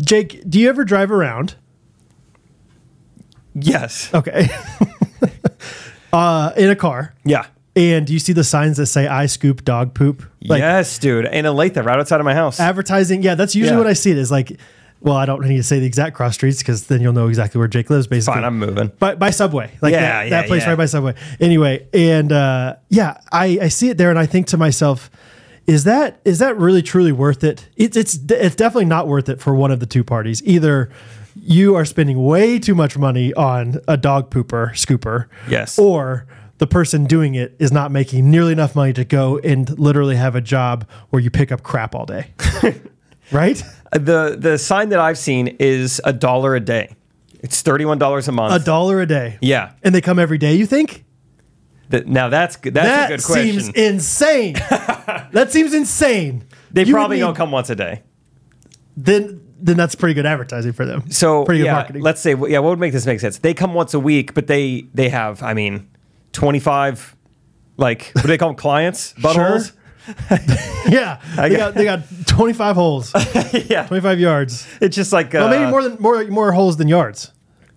Jake, do you ever drive around? Yes. Okay. uh, in a car, Yeah. and you see the signs that say "I scoop dog poop." Like yes, dude. In Olathe, right outside of my house. advertising. Yeah, that's usually Yeah. what I see. It is like, well, I don't need to say the exact cross streets because then you'll know exactly where Jake lives. Basically, Fine, I'm moving. by, by Subway, like Yeah, that, yeah, that place yeah. right by Subway. Anyway, and uh, yeah, I, I see it there, and I think to myself, is that is that really truly worth it? It's it's it's definitely not worth it for one of the two parties. Either you are spending way too much money on a dog pooper scooper, Yes. or the person doing it is not making nearly enough money to go and literally have a job where you pick up crap all day, right? The the sign that I've seen is a dollar a day. It's thirty one dollars a A month. dollar a day. yeah. and they come every day. You think? Th- now that's good. That's that a good question. seems insane. that seems insane. they You would probably need- don't come once a day. Then, then that's pretty good advertising for them. So pretty good yeah, marketing. let's say yeah, what would make this make sense? They come once a week, but they they have I mean, twenty five, like what do they call them? Clients, buttholes. yeah, they got, they got twenty five holes, yeah, twenty five yards. it's just like uh, Well, maybe more than more more holes than yards.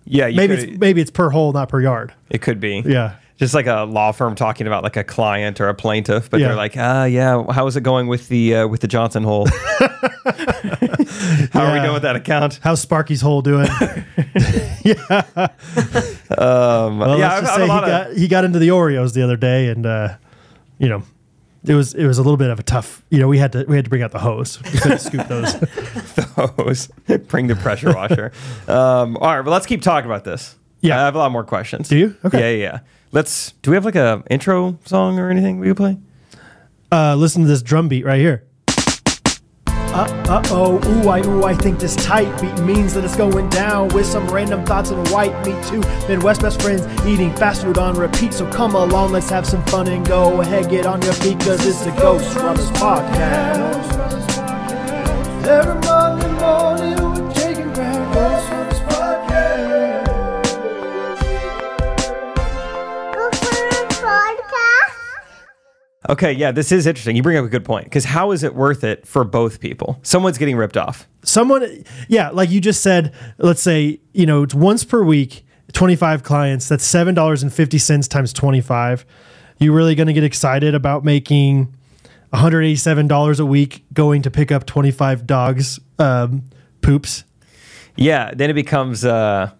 Yeah, you Maybe could- it's, maybe it's per hole, not per yard. it could be. Yeah. just like a law firm talking about like a client or a plaintiff, but Yeah. they're like, ah, yeah, how is it going with the uh, with the Johnson hole? how are we Yeah. doing with that account? How's Sparky's hole doing? Um, Well, yeah, let's just I've, I've say a he lot of. got he got into the Oreos the other day, and uh, you know, it was it was a little bit of a tough. You know, we had to we had to bring out the hose, we couldn't scoop those. hose. Bring the pressure washer. um, all right, but let's keep talking about this. Yeah. I have a lot more questions. Do you? Okay. Okay. Yeah, yeah, yeah. Let's. Do we have like a intro song or anything we can play? Uh, listen to this drum beat right here. Uh oh, ooh I ooh I think this tight beat means that it's going down with some random thoughts and white meat too. Midwest best friends eating fast food on repeat, so come along, let's have some fun and go ahead, get on your feet, cause it's the Ghost Runners podcast. Every Monday morning we're taking back Ghost Runners Podcast. Okay. Yeah, this is interesting. You bring up a good point because how is it worth it for both people? Someone's getting ripped off. Someone, yeah, like you just said, let's say you know it's once per week, twenty five clients. That's seven dollars and fifty cents times twenty five. You really going to get excited about making one hundred eighty seven dollars a week going to pick up twenty five dogs um, poops? Yeah. Then it becomes. Uh,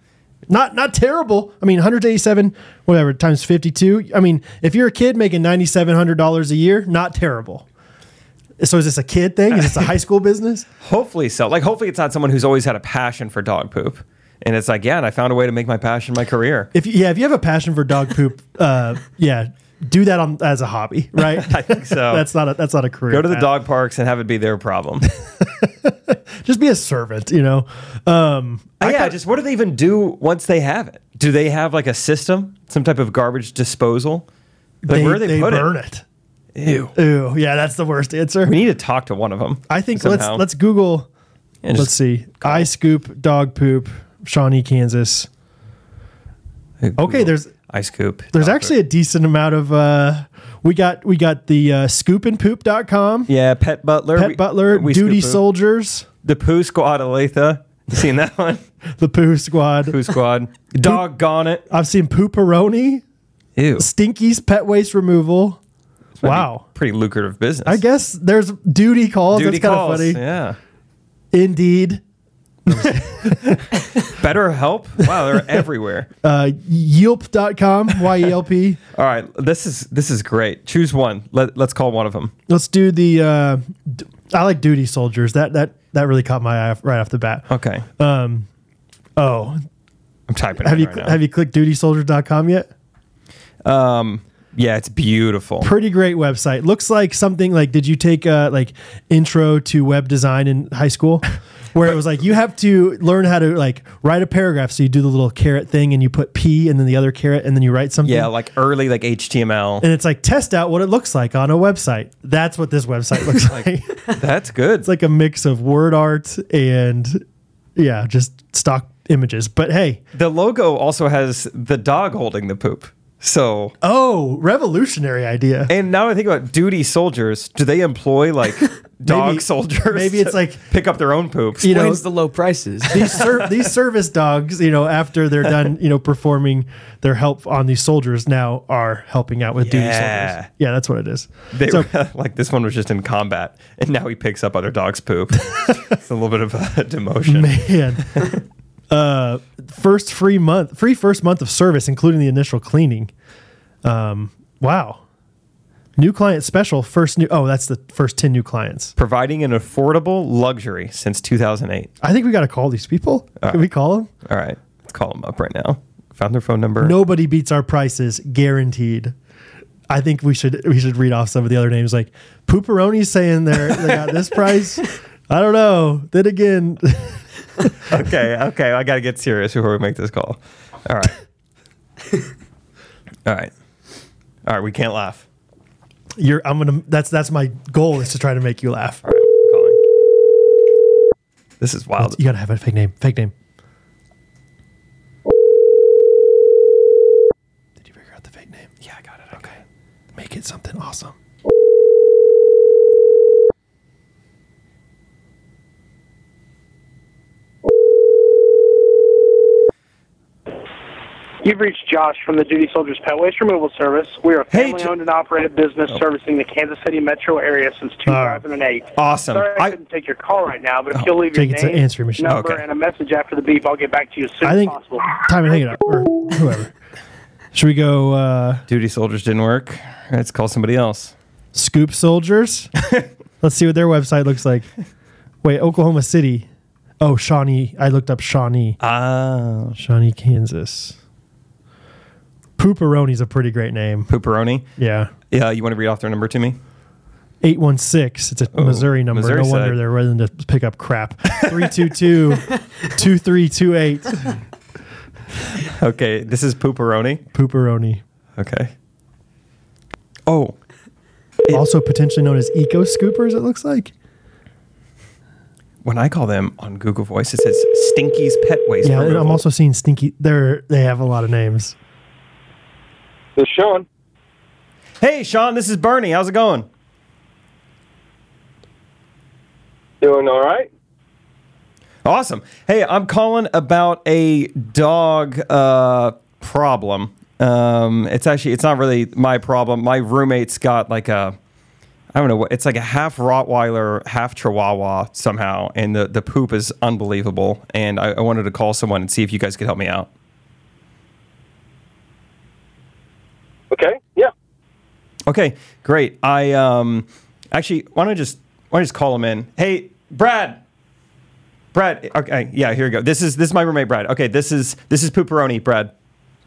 Not not terrible. I mean, one hundred eighty seven whatever times fifty two. I mean, if you're a kid making ninety seven hundred dollars a year, not terrible. So is this a kid thing? Is this a high school business? hopefully so. Like hopefully it's not someone who's always had a passion for dog poop. And it's like, yeah, and I found a way to make my passion my career. if you, yeah, if you have a passion for dog poop, uh, yeah, do that on as a hobby, right? I think so. that's not a that's not a career. Go to the path. dog parks and have it be their problem. Just be a servant, you know. Um, I yeah, just what do they even do once they have it? Do they have like a system, some type of garbage disposal? Like they, where do they, they put burn it? it? Ew. Ooh, yeah, that's the worst answer. We need to talk to one of them. I think somehow. let's let's Google. And let's just- see. I scoop dog poop, Shawnee, Kansas. Okay, there's I scoop. there's dog actually poop. a decent amount of uh, we got we got the uh, scoopandpoop.com, yeah, Pet Butler, Pet we- Butler, we Duty scoop poo. Soldiers, the Poo Squad, Aletha. You seen that one? the Poo Squad. Poo Squad, Doggone it! I've seen Pooperoni. Ew, Stinky's pet waste removal. Wow. pretty lucrative business. I guess there's duty calls. Duty Oh, That's kind of calls, funny. Yeah. Indeed. Better help. Wow, they're everywhere. Uh, Yelp.com, Y E L P. All right, this is this is great. Choose one. Let, let's call one of them. Let's do the. Uh, d- I like duty soldiers. That that that really caught my eye off- right off the bat. Um, Okay, Oh, I'm typing. Uh, have it you right cl- now. have you clicked dutysoldiers.com yet? Um, yeah, it's beautiful. Pretty great website. Looks like something like did you take uh, like intro to web design in high school? Where it was like you have to learn how to like write a paragraph. So you do the little carrot thing and you put P and then the other carrot and then you write something. yeah, like early like HTML. and it's like test out what it looks like on a website. That's what this website looks like. it's That's good. like a mix of word art and yeah, just stock images. But hey, the logo also has the dog holding the poop. So, Oh, revolutionary idea. and now I think about duty soldiers. Do they employ like dog Maybe- soldiers? maybe it's to like- pick up their own poops. You know, Explains the low prices. these, ser- these service dogs, you know, after they're done, you know, performing their help on these soldiers, now are helping out with duty Yeah. soldiers. Yeah, that's what it is. They so, like this one was just in combat, and now he picks up other dogs' poop. it's a little bit of a demotion. man, uh, first free month, free first month of service, including the initial cleaning. Um, wow. New client special, first new. Oh, that's the first 10 new clients. Providing an affordable luxury since 2008. I think we got to call these people. Uh, Can we call them? All right, let's call them up right now. Found their phone number. Nobody beats our prices, guaranteed. I think we should we should read off some of the other names like Pooperoni's saying they're they got this price. I don't know. Then again, Okay, okay, I gotta get serious before we make this call. All right, all right, all right. We can't laugh. you're I'm gonna that's that's my goal is to try to make you laugh. All right, I'm calling. This is wild. You gotta have a fake name. Fake name. Did you figure out the fake name? Yeah, I got it. Okay. Make it something awesome. You've reached Josh from the Duty Soldiers Pet Waste Removal Service. We are a Hey, family Jo- owned and operated business servicing the Kansas City metro area since right. 2008. Awesome. Sorry, I, I- couldn't take your call right now, but if you'll leave your Take it to name, answering machine. number, Okay. and a message after the beep, I'll get back to you as soon I think as possible. time and hang it up or whoever. Should we go uh, Duty soldiers didn't work. Let's call somebody else. Scoop Soldiers? Let's see what their website looks like. Wait, Oklahoma City. Oh, Shawnee. I looked up Shawnee. Ah, Shawnee, Kansas. Pooperoni's a pretty great name. pooperoni. Yeah. Yeah, you want to read off their number to me? 816. It's a Oh, Missouri number. Missouri no wonder side. they're willing to pick up crap. 322 2328. Okay, this is pooperoni. Pooperoni. Okay. Oh, Also potentially known as Eco Scoopers, it looks like. when I call them on Google Voice, it says Stinky's Pet Waste. Yeah, and Removal. I'm also seeing Stinky. They're, they have a lot of names. This Sean. Hey, Sean, this is Bernie. How's it going? Doing all right? Awesome. Hey, I'm calling about a dog uh, problem. Um, it's actually it's not really my problem. My roommate's got like a I don't know what it's like a half Rottweiler, half Chihuahua somehow, and the the poop is unbelievable. And I, I wanted to call someone and see if you guys could help me out. Okay. Yeah. Okay, great. I um actually want to just want to just call him in. Hey, Brad. Brad. Okay, yeah, here we go. This is this is my roommate Brad. Okay, this is this is Pooperoni, Brad.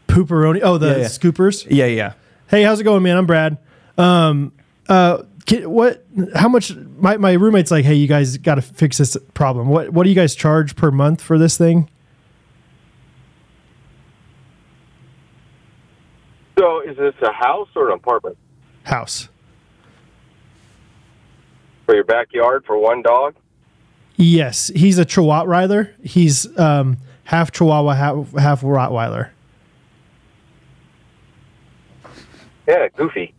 Pooperoni. Oh, the Yeah, yeah. Scoopers. Yeah, yeah. Hey, how's it going, man? I'm Brad. Um, uh, ki- what? How much? My, my roommate's like, hey, you guys got to fix this problem. What What do you guys charge per month for this thing? So is this a house or an apartment? House. For your backyard for one dog? Yes, he's a Chihuahua. He's um half Chihuahua, half half Rottweiler. Yeah, goofy.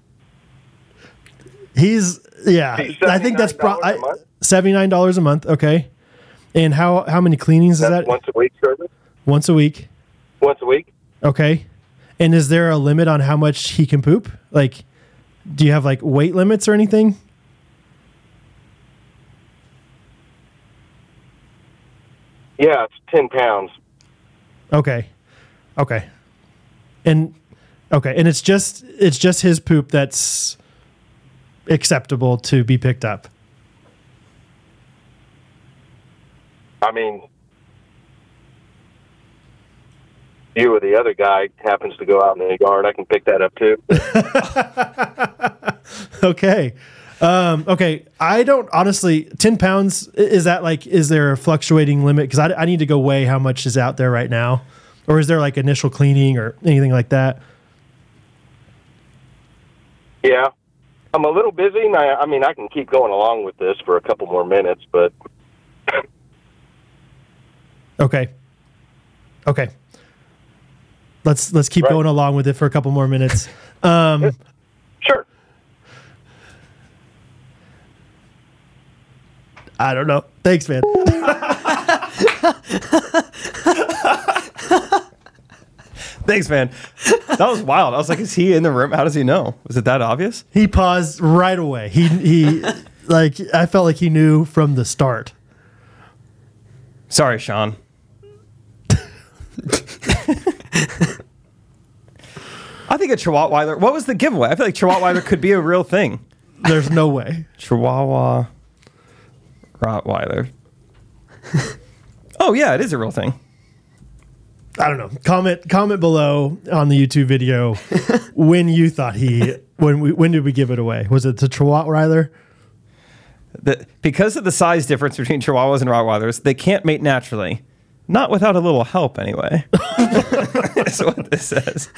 He's yeah. Hey, I think that's pro- $79 a month? seventy nine dollars a month. Okay. And how how many cleanings is That's that? once a week service? Once a week. Once a week? Okay. And is there a limit on how much he can poop? Like, do you have like weight limits or anything? Yeah, it's ten pounds. Okay. Okay. And okay, and it's just it's just his poop that's acceptable to be picked up. I mean you or the other guy happens to go out in the yard, I can pick that up too. Okay. Um, okay. I don't honestly 10 pounds. i- Is that like, is there a fluctuating limit? Cause I, I need to go weigh how much is out there right now. Or is there like initial cleaning or anything like that? yeah. I'm a little busy and I, I mean I can keep going along with this for a couple more minutes, but Okay. Okay. Let's let's keep Right. going along with it for a couple more minutes. Sure. I don't know. Thanks, man. Thanks, man. That was wild. I was like, is he in the room? How does he know? Was it that obvious? He paused right away. He he like I felt like he knew from the start. Sorry, Sean. I think a Chihuahuiler. What was the giveaway? I feel like Chihuahuiler could be a real thing. There's no way. Chihuahua Rottweiler. Oh yeah, it is a real thing. I don't know. Comment comment below on the YouTube video when you thought he when we when did we give it away? Was it to Chihuahuiler? The, because of the size difference between Chihuahuas and Rottweilers, they can't mate naturally. Not without a little help, anyway. That's what this says.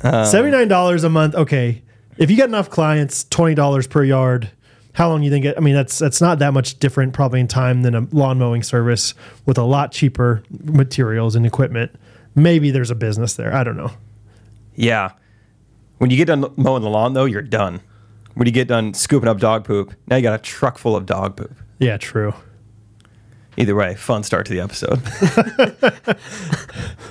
Seventy nine dollars a month. Okay, if you got enough clients, twenty dollars per yard. How long do you think? It, I mean, that's that's not that much different, probably in time than a lawn mowing service with a lot cheaper materials and equipment. Maybe there's a business there. I don't know. Yeah. When you get done mowing the lawn, though, you're done. When you get done scooping up dog poop, now you got a truck full of dog poop. Yeah, true. Either way, fun start to the episode.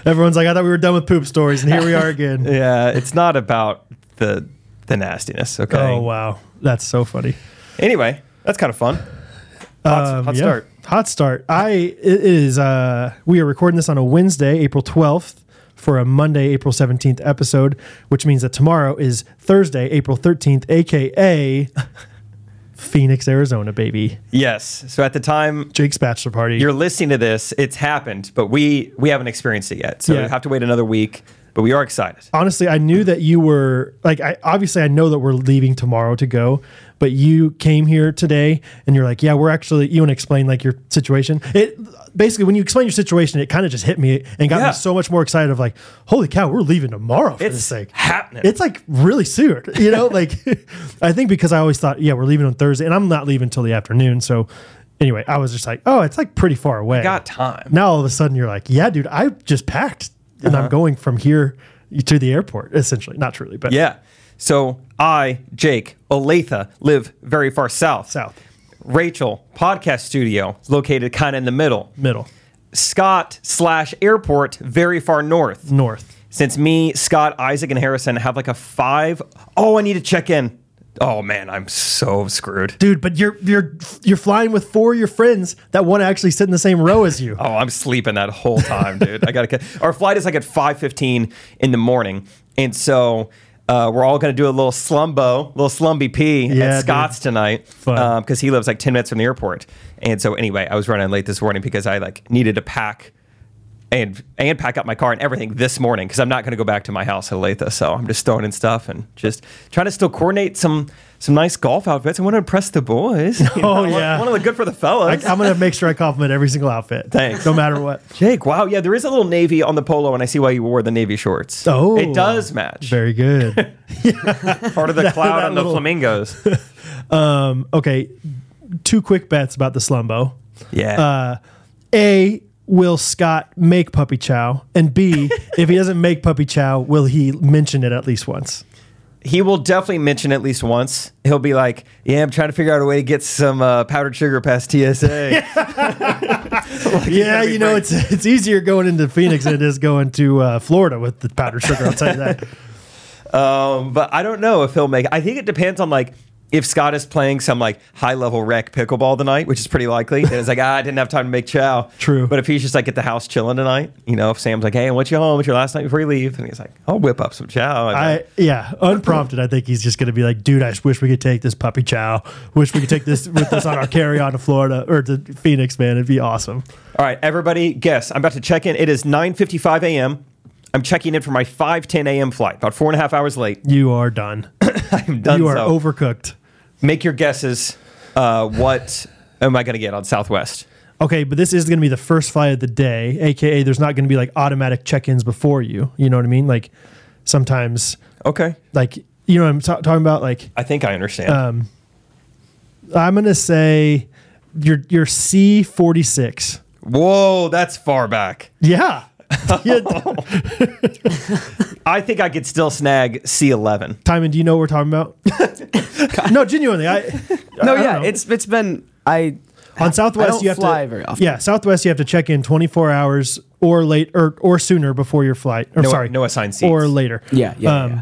Everyone's like, I thought we were done with poop stories, and here we are again. yeah, it's not about the the nastiness. Okay. Oh wow, that's so funny. Anyway, that's kind of fun. Hot, Um, hot yeah. start. Hot start. I it is. Uh, we are recording this on a Wednesday, April twelfth, for a Monday, April seventeenth episode, which means that tomorrow is Thursday, April thirteenth, aka Phoenix, Arizona, baby. Yes. So at the time Jake's bachelor party. you're listening to this, it's happened, but we we haven't experienced it yet. So Yeah. you have to wait another week. But we are excited. Honestly, I knew that you were like. I obviously I know that we're leaving tomorrow to go, but you came here today and you're like, yeah, we're actually. You want to explain like your situation? It basically when you explain your situation, it kind of just hit me and got Yeah. me so much more excited. Of like, holy cow, we're leaving tomorrow for this It's thing. happening. It's like really soon, you know. Like, I think because I always thought, yeah, we're leaving on Thursday, and I'm not leaving till the afternoon. So, anyway, I was just like, oh, it's like pretty far away. got time. Now all of a sudden you're like, yeah, dude, I just packed and Uh-huh. I'm going from here to the airport, essentially. Not truly, but Yeah. So I, Jake, Olathe, live very far south. South. Rachel, podcast studio, is located kind of in the middle. middle, Scott slash airport, very far north. north. Since me, Scott, Isaac, and Harrison have like a five oh I need to check in. Oh man, I'm so screwed. Dude, but you're you're you're flying with four of your friends that want to actually sit in the same row as you. Oh, I'm sleeping that whole time, dude. I gotta. ca- Our flight is like at 5:15 in the morning, and so uh, we're all gonna do a little slumbo, little slumby pee Yeah, at dude. Scott's tonight, Fun. because he lives like 10 minutes from the airport. And so anyway, I was running late this morning because I like needed to pack and and pack up my car and everything this morning because I'm not gonna go back to my house at Olathe. So I'm just throwing in stuff and just trying to still coordinate some some nice golf outfits. I want to impress the boys. you know? Oh, I wanna- yeah. I want to look good for the fellas. I'm gonna make sure I compliment every single outfit. Thanks. No matter what. Jake, wow, yeah, there is a little navy on the polo, and I see why you wore the navy shorts. Oh. it does match. Very good. Part of the cloud that on the little- Uh. flamingos. Um, okay. Two quick bets about the slumbo. Uh, Yeah, A Will Scott make puppy chow? And B, if he doesn't make puppy chow, will he mention it at least once? he will definitely mention at least once. He'll be like, "Yeah, I'm trying to figure out a way to get some uh, powdered sugar past TSA." Yeah, That'd be you know, great. it's it's easier going into Phoenix than it is going to uh, Florida with the powdered sugar. I'll tell you that. Um, but I don't know if he'll make. I think it depends on like if Scott is playing some like high level rec pickleball tonight, which is pretty likely. And it's like, ah, I didn't have time to make chow. True. But if he's just like at the house chilling tonight, you know, if Sam's like, hey, what's your home? What's your last night before you leave? And he's like, I'll whip up some chow. And I yeah, unprompted, I think he's just going to be like, "Dude, I wish we could take this puppy chow. Wish we could take this with us on our carry on to Florida or to Phoenix, man. It'd be awesome." All right, everybody, guess. I'm about to check in. It is 9:55 a.m. I'm checking in for my 5:10 a.m. flight, about four and a half hours late. You are done. I'm done. you are so. overcooked. Make your guesses. Uh, what am I going to get on Southwest? Okay, but this is going to be the first flight of the day, aka there's not going to be like automatic check-ins before you. You know what I mean? Like sometimes, Okay, like you know what I'm ta- talking about, like. I think I understand. Um, I'm gonna say your your C forty six. Whoa, that's far back. Yeah, Yeah. I think I could still snag C11. Timon, do you know what we're talking about? no, genuinely. I No, I don't yeah, know. it's it's been I on Southwest. I don't you have fly to very often. Yeah, Southwest. You have to check in 24 hours or late or or sooner before your flight. Or No- sorry, no assigned seats. or later. Um, Yeah, yeah, yeah.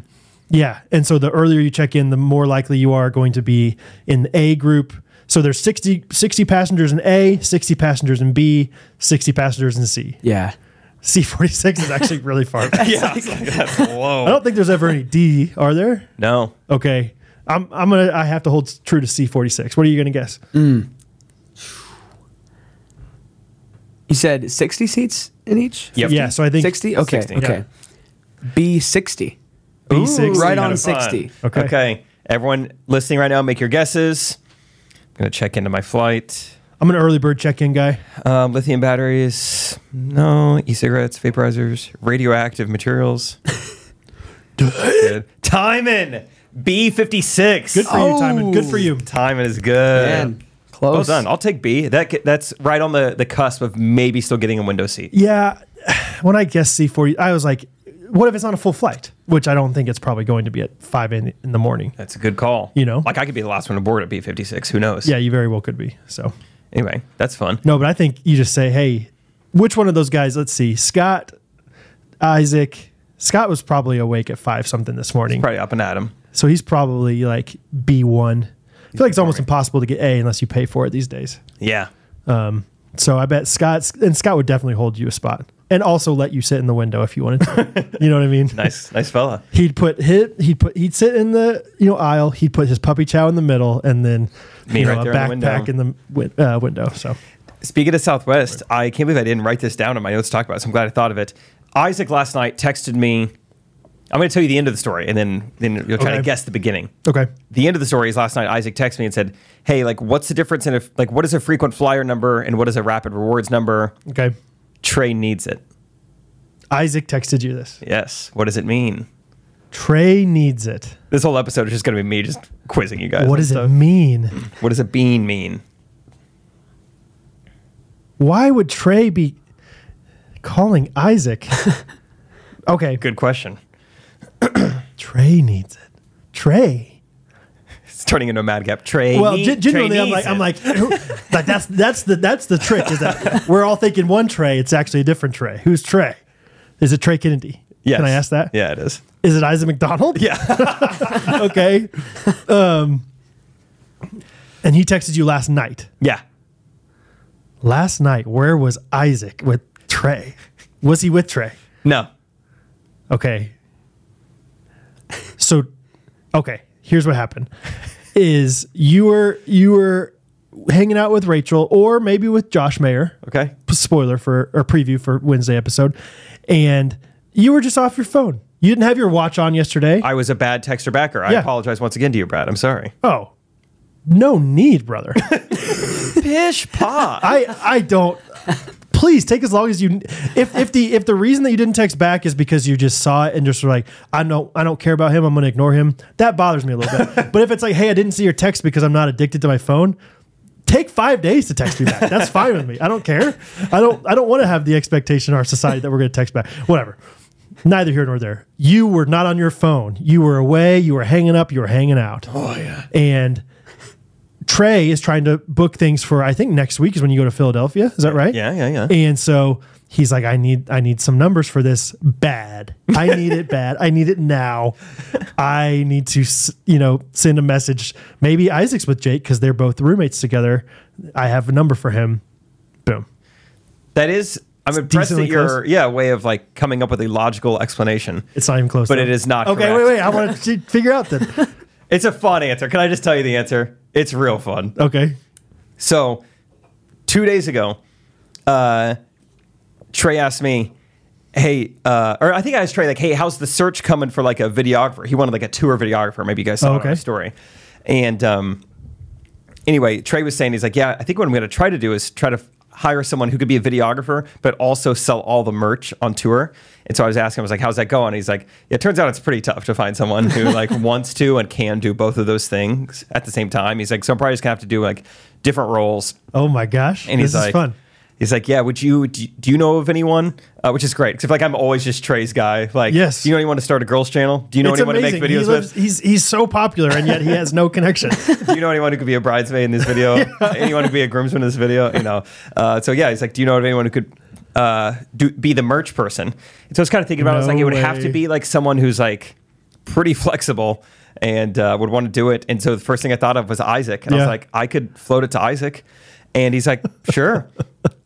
yeah. And so the earlier you check in, the more likely you are going to be in the A group. So there's 60, 60 passengers in A, 60 passengers in B, 60 passengers in C. yeah. C46 is actually really far. I Yeah, I was like, that's low. don't think there's ever any D, are there? No, Okay. I'm I'm gonna I have to hold true to C forty six. What are you gonna guess? Mm. You said sixty seats in each. Yep. Yeah, so I think Sixty. Okay. 60, Okay. B sixty. B six right on Kinda 60. fun. Okay. Okay. Everyone listening right now, make your guesses. I'm gonna check into my flight. I'm an early bird check in guy. Um, lithium batteries, no. E-cigarettes, vaporizers, radioactive materials. good. Timon B56. Good for Oh. you, Timon. Good for you. Timon is good. Man, Well close. done. I'll take B. That ca- that's right on the, the cusp of maybe still getting a window seat. Yeah. When I guessed C forty I was like, what if it's on a full flight? Which I don't think it's probably going to be at five in, in the morning. That's a good call. You know? like I could be the last one aboard at B fifty six. Who knows? Yeah, you very well could be. So Anyway, that's fun. no, but I think you just say, Hey, which one of those guys, let's see, Scott, Isaac. Scott was probably awake at five something this morning. Probably up and at him. So he's probably like B one. I feel like it's almost impossible to get A unless you pay for it these days. Yeah. So I bet Scott and Scott would definitely hold you a spot and also let you sit in the window if you wanted to. you know what I mean? Nice nice fella. He'd put his, he'd put he'd sit in the you know aisle. He'd put his puppy chow in the middle and then Me you right know, a there in the backpack in window. the win, uh, window. So Speaking of Southwest, I can't believe I didn't write this down in my notes to talk about. It, so I'm glad I thought of it. Isaac last night texted me. I'm going to tell you the end of the story, and then then you'll try Okay. to guess the beginning. okay, The end of the story is last night. Isaac texted me and said, "Hey, like, what's the difference in a, like what is a frequent flyer number and what is a rapid rewards number? okay. Trey needs it. Isaac texted you this. Yes. What does it mean? Trey needs it. This whole episode is just going to be me just quizzing you guys. What on does it stuff. mean? What does a bean mean? Why would Trey be calling Isaac? okay, Good question. Trey needs it. Trey. It's turning into a madcap. Trey. Well, need- gen- genuinely, Trey I'm like, I'm needs it. like, who- like that's that's the that's the trick is that we're all thinking one Trey. It's actually a different Trey. Who's Trey? Is it Trey Kennedy? Yes. Can I ask that? Is Yeah, it is. it Isaac McDonald? Yeah. okay. Um, and he texted you last night. yeah. Last night, where was Isaac with Trey? Was he with Trey? No. Okay. So, okay, here's what happened: is you were you were hanging out with Rachel, or maybe with Josh Mayer. Okay. Spoiler for or preview for Wednesday episode, and you were just off your phone. You didn't have your watch on yesterday. I was a bad texter backer. I Yeah. apologize once again to you, Brad. I'm sorry. oh, no need, brother. Pish pa. I I don't. Please take as long as you. If if the if the reason that you didn't text back is because you just saw it and just were like, I don't I don't care about him. I'm going to ignore him. That bothers me a little bit. but if it's like, hey, I didn't see your text because I'm not addicted to my phone. Take five days to text me back. That's fine with me. I don't care. I don't. I don't want to have the expectation in our society that we're going to text back. Whatever. Neither here nor there. You were not on your phone. You were away. You were hanging up. You were hanging out. Oh yeah. And Trey is trying to book things for I think next week is when you go to Philadelphia. Is that right? Yeah, yeah, yeah. And so he's like, I need I need some numbers for this bad. I need it bad. I need it now. I need to s- you know send a message. Maybe Isaac's with Jake because they're both roommates together. I have a number for him. Boom. That is. I'm impressed at decently your close. yeah way of like coming up with a logical explanation. It's not even close. But though. it is not Okay, correct. wait, wait. I want to figure out then. It's a fun answer. Can I just tell you the answer? It's real fun. Okay. So, two days ago, uh, Trey asked me, "Hey," uh, or I think I asked Trey, "Like, hey, how's the search coming for like a videographer?" He wanted like a tour videographer. Maybe you guys saw Oh, it on okay. our story. And um, anyway, Trey was saying he's like, "Yeah, I think what I'm going to try to do is try to f- hire someone who could be a videographer, but also sell all the merch on tour." And so I was asking, him, I was like, "How's that going?" He's like, "It turns out it's pretty tough to find someone who like wants to and can do both of those things at the same time." He's like, "So I'm probably just gonna have to do like different roles." Oh my gosh. And this he's is like, fun. He's like, yeah. Would you do? do you know of anyone? Uh, which is great because like I'm always just Trey's guy. Like, Yes. Do you know anyone to start a girls' channel? Do you know it's anyone amazing. to make he videos lives, with? he's he's so popular and yet he has no connection. Do you know anyone who could be a bridesmaid in this video? Anyone who could be a groomsman in this video? You know. Uh, so yeah, he's like, do you know of anyone who could uh, do be the merch person? And so I was kind of thinking about it. I was No like, it would have to way. be like someone who's like pretty flexible. And uh, would want to do it. And so the first thing I thought of was Isaac. And I Yeah. was like, I could float it to Isaac. And he's like, sure.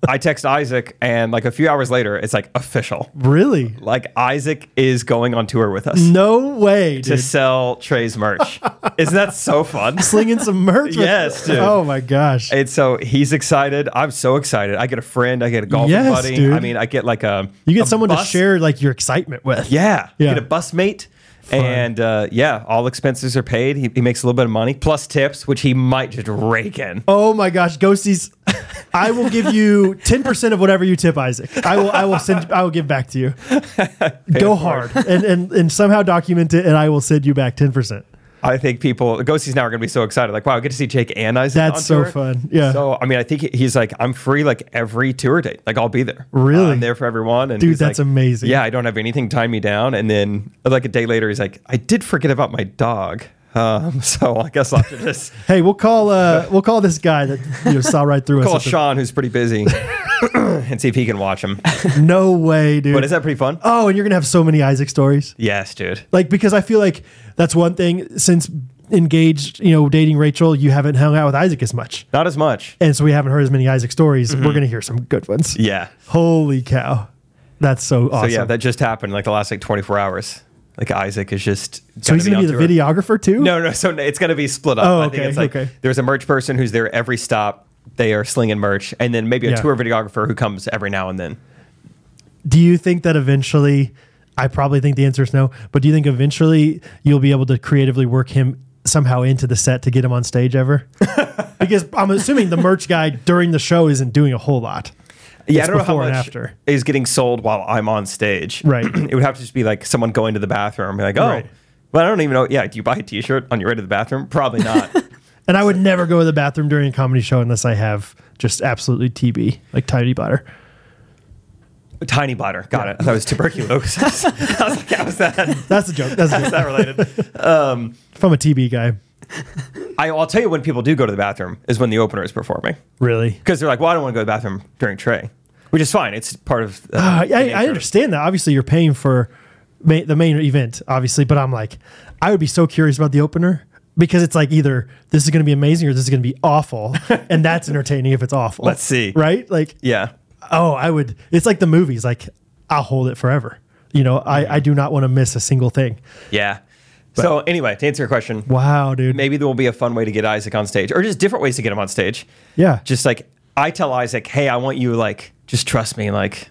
I text Isaac. And like a few hours later, it's like official. really? Like Isaac is going on tour with us No way, to dude. sell Trey's merch. Isn't that so fun? Slinging some merch. with- Yes, dude. Oh my gosh. And so he's excited. I'm so excited. I get a friend. I get a golfing Yes, buddy. dude. I mean, I get like a you a get someone to bus. share like your excitement with. Yeah, Yeah. you get a bus mate, and uh, yeah, all expenses are paid. He, he makes a little bit of money plus tips, which he might just rake in. Oh my gosh, Ghosties. I will give you ten percent of whatever you tip, Isaac. I will. I will send. I will give back to you. Go hard and, and and somehow document it, and I will send you back ten percent. I think people, Ghosties now are going to be so excited. Like, wow, I get to see Jake and Isaac. That's on so tour. fun. Yeah. So, I mean, I think he- he's like, I'm free like every tour date. Like, I'll be there. Really? I'm there for everyone. And Dude, he's that's like, amazing. Yeah, I don't have anything tying me down. And then, like, a day later, he's like, I did forget about my dog. Um, so I guess I'll have to just Hey, we'll call. Uh, we'll call this guy that you know, saw right through call us. at the- Sean, who's pretty busy, and see if he can watch him. No way, dude. But is that pretty fun? Oh, and you're gonna have so many Isaac stories. Yes, dude. Like because I feel like that's one thing since engaged, you know, dating Rachel, you haven't hung out with Isaac as much. Not as much. And so we haven't heard as many Isaac stories. Mm-hmm. We're gonna hear some good ones. Yeah. Holy cow. That's so So awesome. yeah, that just happened like the last like 24 hours. Like Isaac is just so he's gonna be, on the tour. videographer too? No, no. So it's going to be split up. Oh, I think okay, it's like okay. there's a merch person who's there every stop. They are slinging merch, and then maybe a Yeah. tour videographer who comes every now and then. Do you think that eventually I probably think the answer is no, but do you think eventually you'll be able to creatively work him somehow into the set to get him on stage ever? because I'm assuming the merch guy during the show isn't doing a whole lot. Yeah, It's I don't know how before much and after. is getting sold while I'm on stage. Right. it would have to just be like someone going to the bathroom, be like, oh, Right. well, I don't even know. Yeah, do you buy a T-shirt on your way to the bathroom? Probably not. And I would never go to the bathroom during a comedy show unless I have just absolutely TB, like tiny bladder. Tiny bladder. Got it. I thought it was tuberculosis. I was like, how's that? That's a joke. That's a Is joke. that related? Um, If I'm a TB guy, I, I'll tell you when people do go to the bathroom is when the opener is performing. really. because they're like, well, I don't want to go to the bathroom during Trey, which is fine. It's part of. Uh, Uh, the I, nature I of- understand that. Obviously, you're paying for ma- the main event, obviously, but I'm like, I would be so curious about the opener because it's like either this is going to be amazing or this is going to be awful, and that's entertaining if it's awful. Let's see. right? Like, Yeah, oh, I would. It's like the movies. Like, I'll hold it forever. You know, I, I do not want to miss a single thing. yeah. so anyway, to answer your question, Wow, dude. maybe there will be a fun way to get Isaac on stage, or just different ways to get him on stage. Yeah. Just like I tell Isaac, hey, I want you like just trust me, like.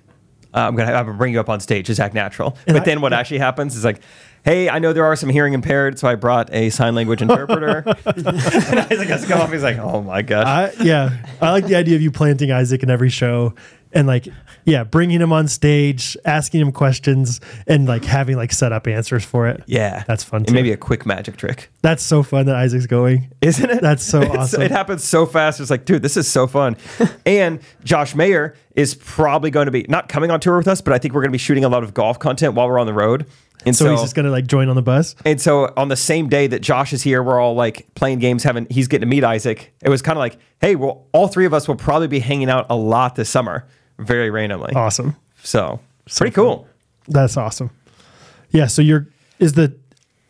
uh, I'm gonna, I'm gonna bring you up on stage. Just act natural. And but I- then what actually happens is like, hey, I know there are some hearing impaired, so I brought a sign language interpreter. and Isaac has to come up. He's like, oh my gosh. I, yeah, I like the idea of you planting Isaac in every show and like, yeah, bringing him on stage, asking him questions, and like having like set up answers for it. yeah, that's fun. And Too. maybe a quick magic trick. that's so fun that Isaac's going. Isn't it? That's so It's- awesome. It happens so fast. It's like, dude, this is so fun. and Josh Mayer is probably going to be not coming on tour with us, but I think we're going to be shooting a lot of golf content while we're on the road. And So, so, he's just gonna like join on the bus. and so on the same day that Josh is here, we're all like playing games, having he's getting to meet Isaac. It was kind of like, hey, well, all three of us will probably be hanging out a lot this summer, very randomly. Awesome. So, pretty cool. That's awesome. Yeah. So you're is the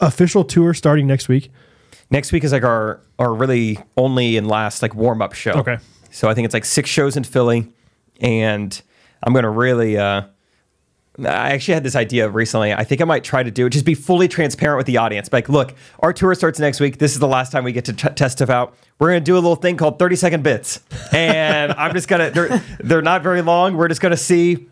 official tour starting next week? Next week is like our our really only and last like warm up show. Okay. So I think it's like six shows in Philly, and I'm gonna really. Uh, I actually had this idea recently. I think I might try to do just be fully transparent with the audience. Like, look, our tour starts next week. This is the last time we get to t- test stuff out. We're gonna do a little thing called 30 second bits, and I'm just gonna. They're they're not very long. We're just gonna see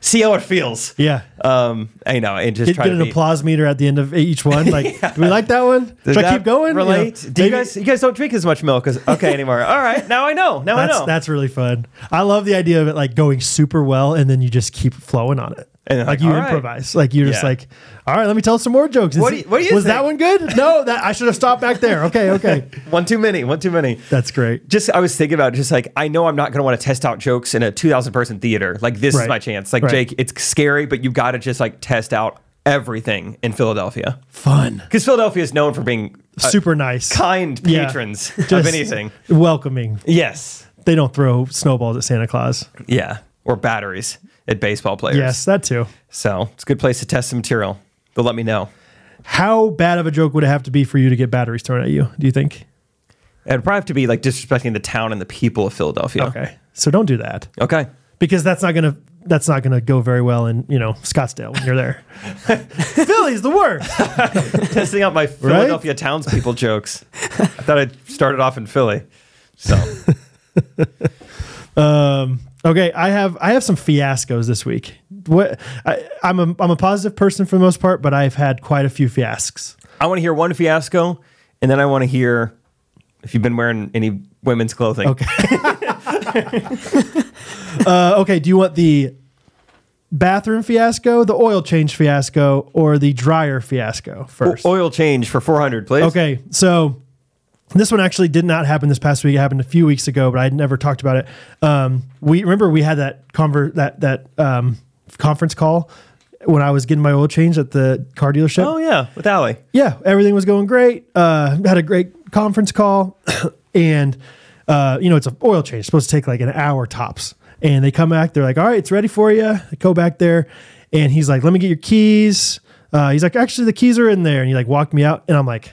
see how it feels. Yeah. Um, you know, and just Get, try get to an be, applause meter at the end of each one. Like, do we like that one? does Should I that keep going? You know, Relate? Do you maybe- guys? You guys don't drink as much milk as okay anymore. All right, now I know. Now I That's know. that's really fun. I love the idea of it like going super well and then you just keep flowing on it. And then, Like you all right. improvise. Like you're just Yeah. like, all right, let me tell some more jokes. and What do see- you- what do you was that think?" one good? No, that I should have stopped back there. Okay, okay. One too many. One too many. That's great. just I was thinking about it, just like I know I'm not going to want to test out jokes in a 2,000 person theater. Like this Right. is my chance. Like Right. Jake, it's scary, but you got to just like test out everything in Philadelphia Fun. because Philadelphia is known for being uh, Super nice. kind Yeah. patrons of Just anything. Welcoming. Yes. They don't throw snowballs at Santa Claus. Yeah. Or batteries at baseball players. Yes, that too. So it's a good place to test the material. They'll let me know. How bad of a joke would it have to be for you to get batteries thrown at you? Do you think? It'd probably have to be like disrespecting the town and the people of Philadelphia. Okay, so don't do that Okay. because that's not gonna that's not gonna go very well in you know Scottsdale when you're there. Philly's the worst. Testing out my Philadelphia townspeople jokes. I thought I started off in Philly. So. Um, okay, I have I have some fiascos this week. What I, I'm a I'm a positive person for the most part, but I've had quite a few fiascos. I want to hear one fiasco, and then I want to hear if you've been wearing any women's clothing. Okay. Uh, okay, do you want the bathroom fiasco, the oil change fiasco, or the dryer fiasco O- first? oil change for 400, please. Okay, so this one actually did not happen this past week. It happened a few weeks ago, but I had never talked about it. Um, we remember we had that conver- that that um, conference call when I was getting my oil changed at the car dealership. Oh, yeah, with Allie. yeah, everything was going great. Uh, had a great conference call, and uh, you know it's an oil change. It's supposed to take like an hour tops. And they come back. They're like, "All right, it's ready for you." They go back there, and he's like, "Let me get your keys." Uh, he's like, "Actually, the keys are in there." And he like walked me out, and I'm like,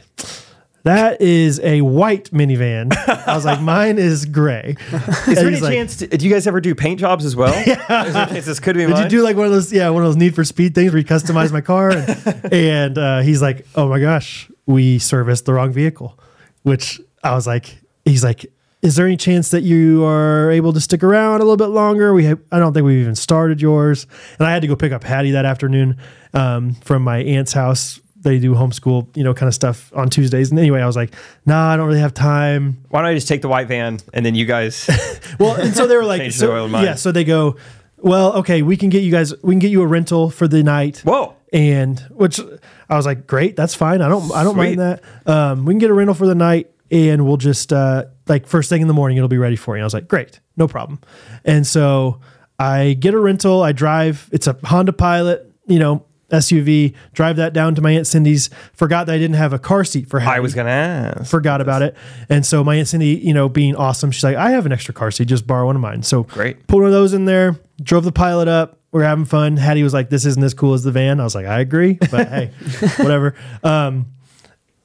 "That is a white minivan." I was like, "Mine is gray." Is there any chance? To, do you guys ever do paint jobs as well? yeah. Is there a chance this could be Did mine? you do like one of those? Yeah, one of those Need for Speed things where you customize my car, and, and uh, he's like, "Oh my gosh, we serviced the wrong vehicle," which I was like, "He's like, is there any chance that you are able to stick around a little bit longer? We, have, I don't think we've even started yours." And I had to go pick up Hattie that afternoon um, from my aunt's house. They do homeschool, you know, kind of stuff on Tuesdays. And anyway, I was like, "Nah, I don't really have time." Why don't I just take the white van and then you guys? Well, and so they were like, Change so- their oil mind. yeah. So they go, well, okay, we can get you guys, we can get you a rental for the night. Whoa. And which I was like, great, that's fine. I don't, I don't Sweet. mind that. Um, we can get a rental for the night, and we'll just uh, like first thing in the morning, it'll be ready for you. And I was like, great, no problem. And so I get a rental. I drive. It's a Honda Pilot, you know, SUV. Drive that down to my aunt Cindy's. Forgot that I didn't have a car seat for. Hattie I was going to ask. forgot about it. And so my aunt Cindy, you know, being awesome, she's like, I have an extra car seat, just borrow one of mine. So Great. pulled one of those in there, drove the pilot up. We're having fun. Hattie was like, "This isn't as cool as the van." I was like, "I agree," but hey, whatever. Um,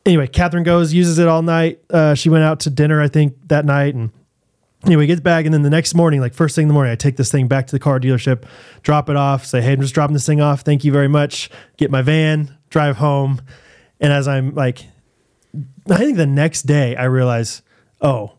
anyway, Catherine goes, uses it all night. Uh, she went out to dinner, I think, that night, and anyway, gets back, and then the next morning, like first thing in the morning, I take this thing back to the car dealership, drop it off, say, "Hey, I'm just dropping this thing off. Thank you very much." Get my van, drive home, and as I'm like I think the next day I realized, oh,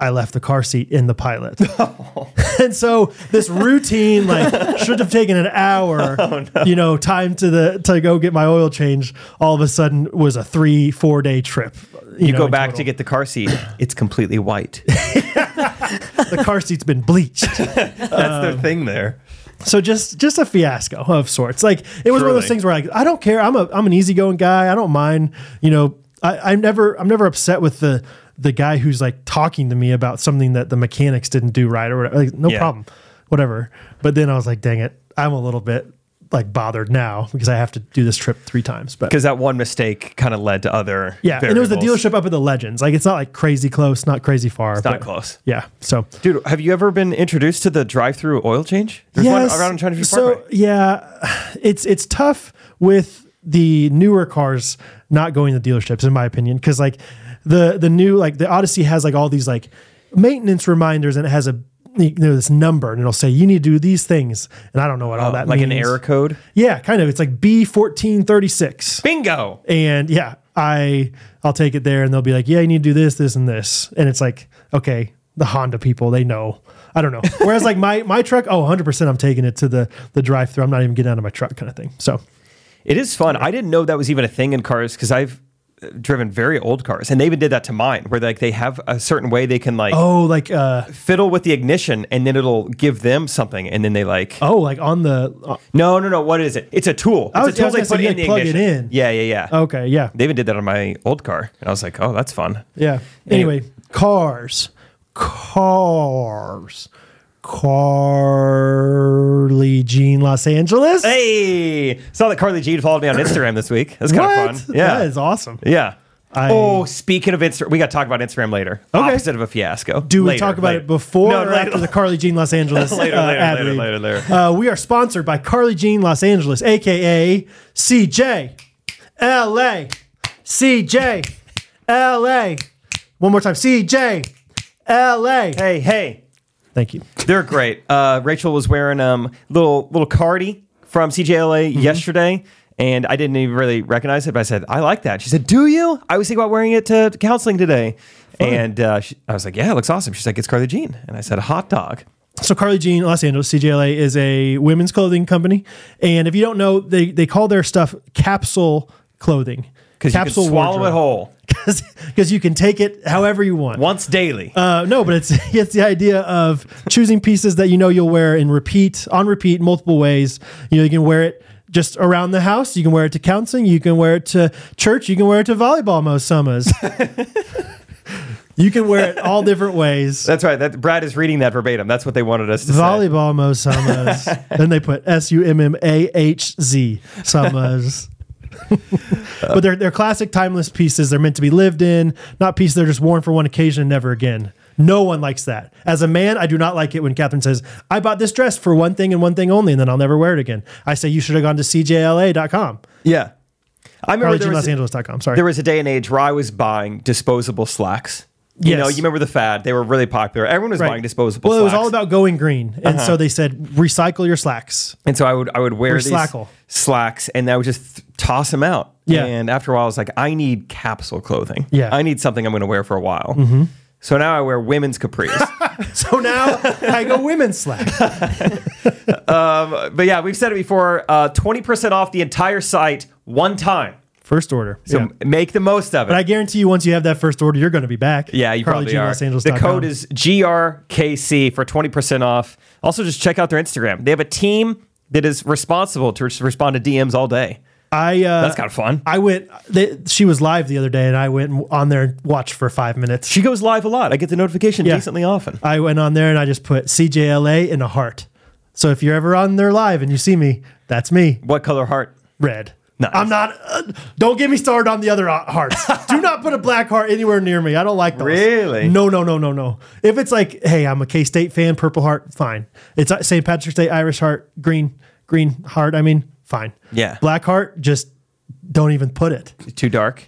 I left the car seat in the pilot. Oh. and so this routine, like, should have taken an hour, Oh, you know, time to the to go get my oil change. All of a sudden was a three, four day trip. You know, go in back total. to get the car seat. It's completely white. the car seat's been bleached. That's Um, the thing there. So just just a fiasco of sorts. Like it was one of Truly. those things where like I don't care. I'm a I'm an easygoing guy. I don't mind. You know, I, I'm never I'm never upset with the the guy who's like talking to me about something that the mechanics didn't do right or whatever. Like, no Yeah. problem, whatever. But then I was like, dang it, I'm a little bit like bothered now because I have to do this trip three times. But Because that one mistake kind of led to other. yeah, and it was the variables. dealership up at the Legends. Like it's not like crazy close, not crazy far. It's not close. Yeah. So Dude, have you ever been introduced to the drive-through oil change? There's one around China Street so Parkway. yeah, it's it's tough with the newer cars not going to dealerships, in my opinion, because like the the new like the Odyssey has like all these like maintenance reminders, and it has a you know this number, and it'll say you need to do these things, and I don't know what all Oh, that Oh, like an means. error code. Yeah, kind of. It's like B fourteen thirty six, Bingo. and yeah, I I'll take it there, and they'll be like, yeah, you need to do this, this, and this, and it's like okay. The Honda people, they know. I don't know. Whereas like my my truck, oh, 100% I'm taking it to the the drive-through. I'm not even getting out of my truck kind of thing. So, It is fun. I didn't know that was even a thing in cars because I've uh, driven very old cars, and they even did that to mine, where like they have a certain way they can like Oh, like uh fiddle with the ignition, and then it'll give them something, and then they like oh, like on the uh, no, no, no, what is it? It's a tool. I It's was- a tool I was they gonna say put you, in like, the plug it ignition. in. Oh. Yeah, yeah, yeah. okay, yeah. They even did that on my old car, and I was like, oh, that's fun. Yeah. Anyway, cars. Cars. Carly Jean Los Angeles. Hey, saw that Carly G followed me on Instagram this week. That's kind what? of fun. Yeah, That is awesome. yeah. I- oh, speaking of Instagram, we got to talk about Instagram later. Okay. Opposite of a fiasco. Do we Later, talk about later. it before No, or later. after the Carly Jean Los Angeles Later, uh, later, ad later, read? later, later. Uh, we are sponsored by Carly Jean Los Angeles, aka CJ LA. CJ LA. One more time, CJ LA. Hey, hey, Thank you. they're great. Uh, Rachel was wearing um little little cardi from CJLA Mm-hmm. yesterday, and I didn't even really recognize it. But I said, I like that. She said, Do you? I was thinking about wearing it to counseling today, and uh, she, I was like, Yeah, it looks awesome. She's like, It's Carly Jean, and I said, Hot dog. So Carly Jean Los Angeles CJLA is a women's clothing company, and if you don't know, they they call their stuff capsule clothing Because you can swallow it whole because you can take it however you want. once daily. Uh, no, but it's it's the idea of choosing pieces that you know you'll wear in repeat on repeat multiple ways. You know, you can wear it just around the house. You can wear it to counseling. You can wear it to church. You can wear it to volleyball most summers. you can wear it all different ways. That's right. That Brad is reading that verbatim. That's what they wanted us to say. Volleyball mo summers. then they put S U M M A H Z summers. but they're they're classic timeless pieces. They're meant to be lived in, not pieces they're just worn for one occasion and never again. No one likes that. As a man, I do not like it when Catherine says, I bought this dress for one thing and one thing only, and then I'll never wear it again. I say you should have gone to CJLA.com. Yeah. I remember there was, a, CarlyGLosAngeles.com. Sorry. there was a day and age where I was buying disposable slacks. You Yes. know, you remember the fad. They were really popular. Everyone was Right. buying disposable Well, slacks. Uh-huh. it was all about going green. And so they said, recycle your slacks. And so I would I would wear Or these slackle. slacks and I would just th- toss them out. Yeah. And after a while, I was like, I need capsule clothing. Yeah. Mm-hmm. I need something I'm going to wear for a while. So now I wear women's capris. So now I go women's slack. but yeah, we've said it before. Uh, 20% off the entire site one time. First order. So Yeah. make the most of it. But I guarantee you, once you have that first order, you're going to be back. Yeah, you probably are. the code is GRKC for 20% off. Also, just check out their Instagram. They have a team that is responsible to res- respond to DMs all day. I. Uh, That's kind of fun. I went. They, she was live the other day, and I went on there and watched for five minutes. She goes live a lot. I get the notification Yeah. decently often. I went on there and I just put CJLA in a heart. So if you're ever on there live and you see me, that's me. What color heart? Red. Nice. I'm not. Uh, don't get me started on the other uh, hearts. Do not put a black heart anywhere near me. I don't like those. Really? No, no, no, no, no. If it's like, hey, I'm a K State fan, purple heart, fine. It's uh, St. Patrick's Day, Irish heart, green, green heart. I mean, fine. Yeah. Black heart, just don't even put it. Too dark?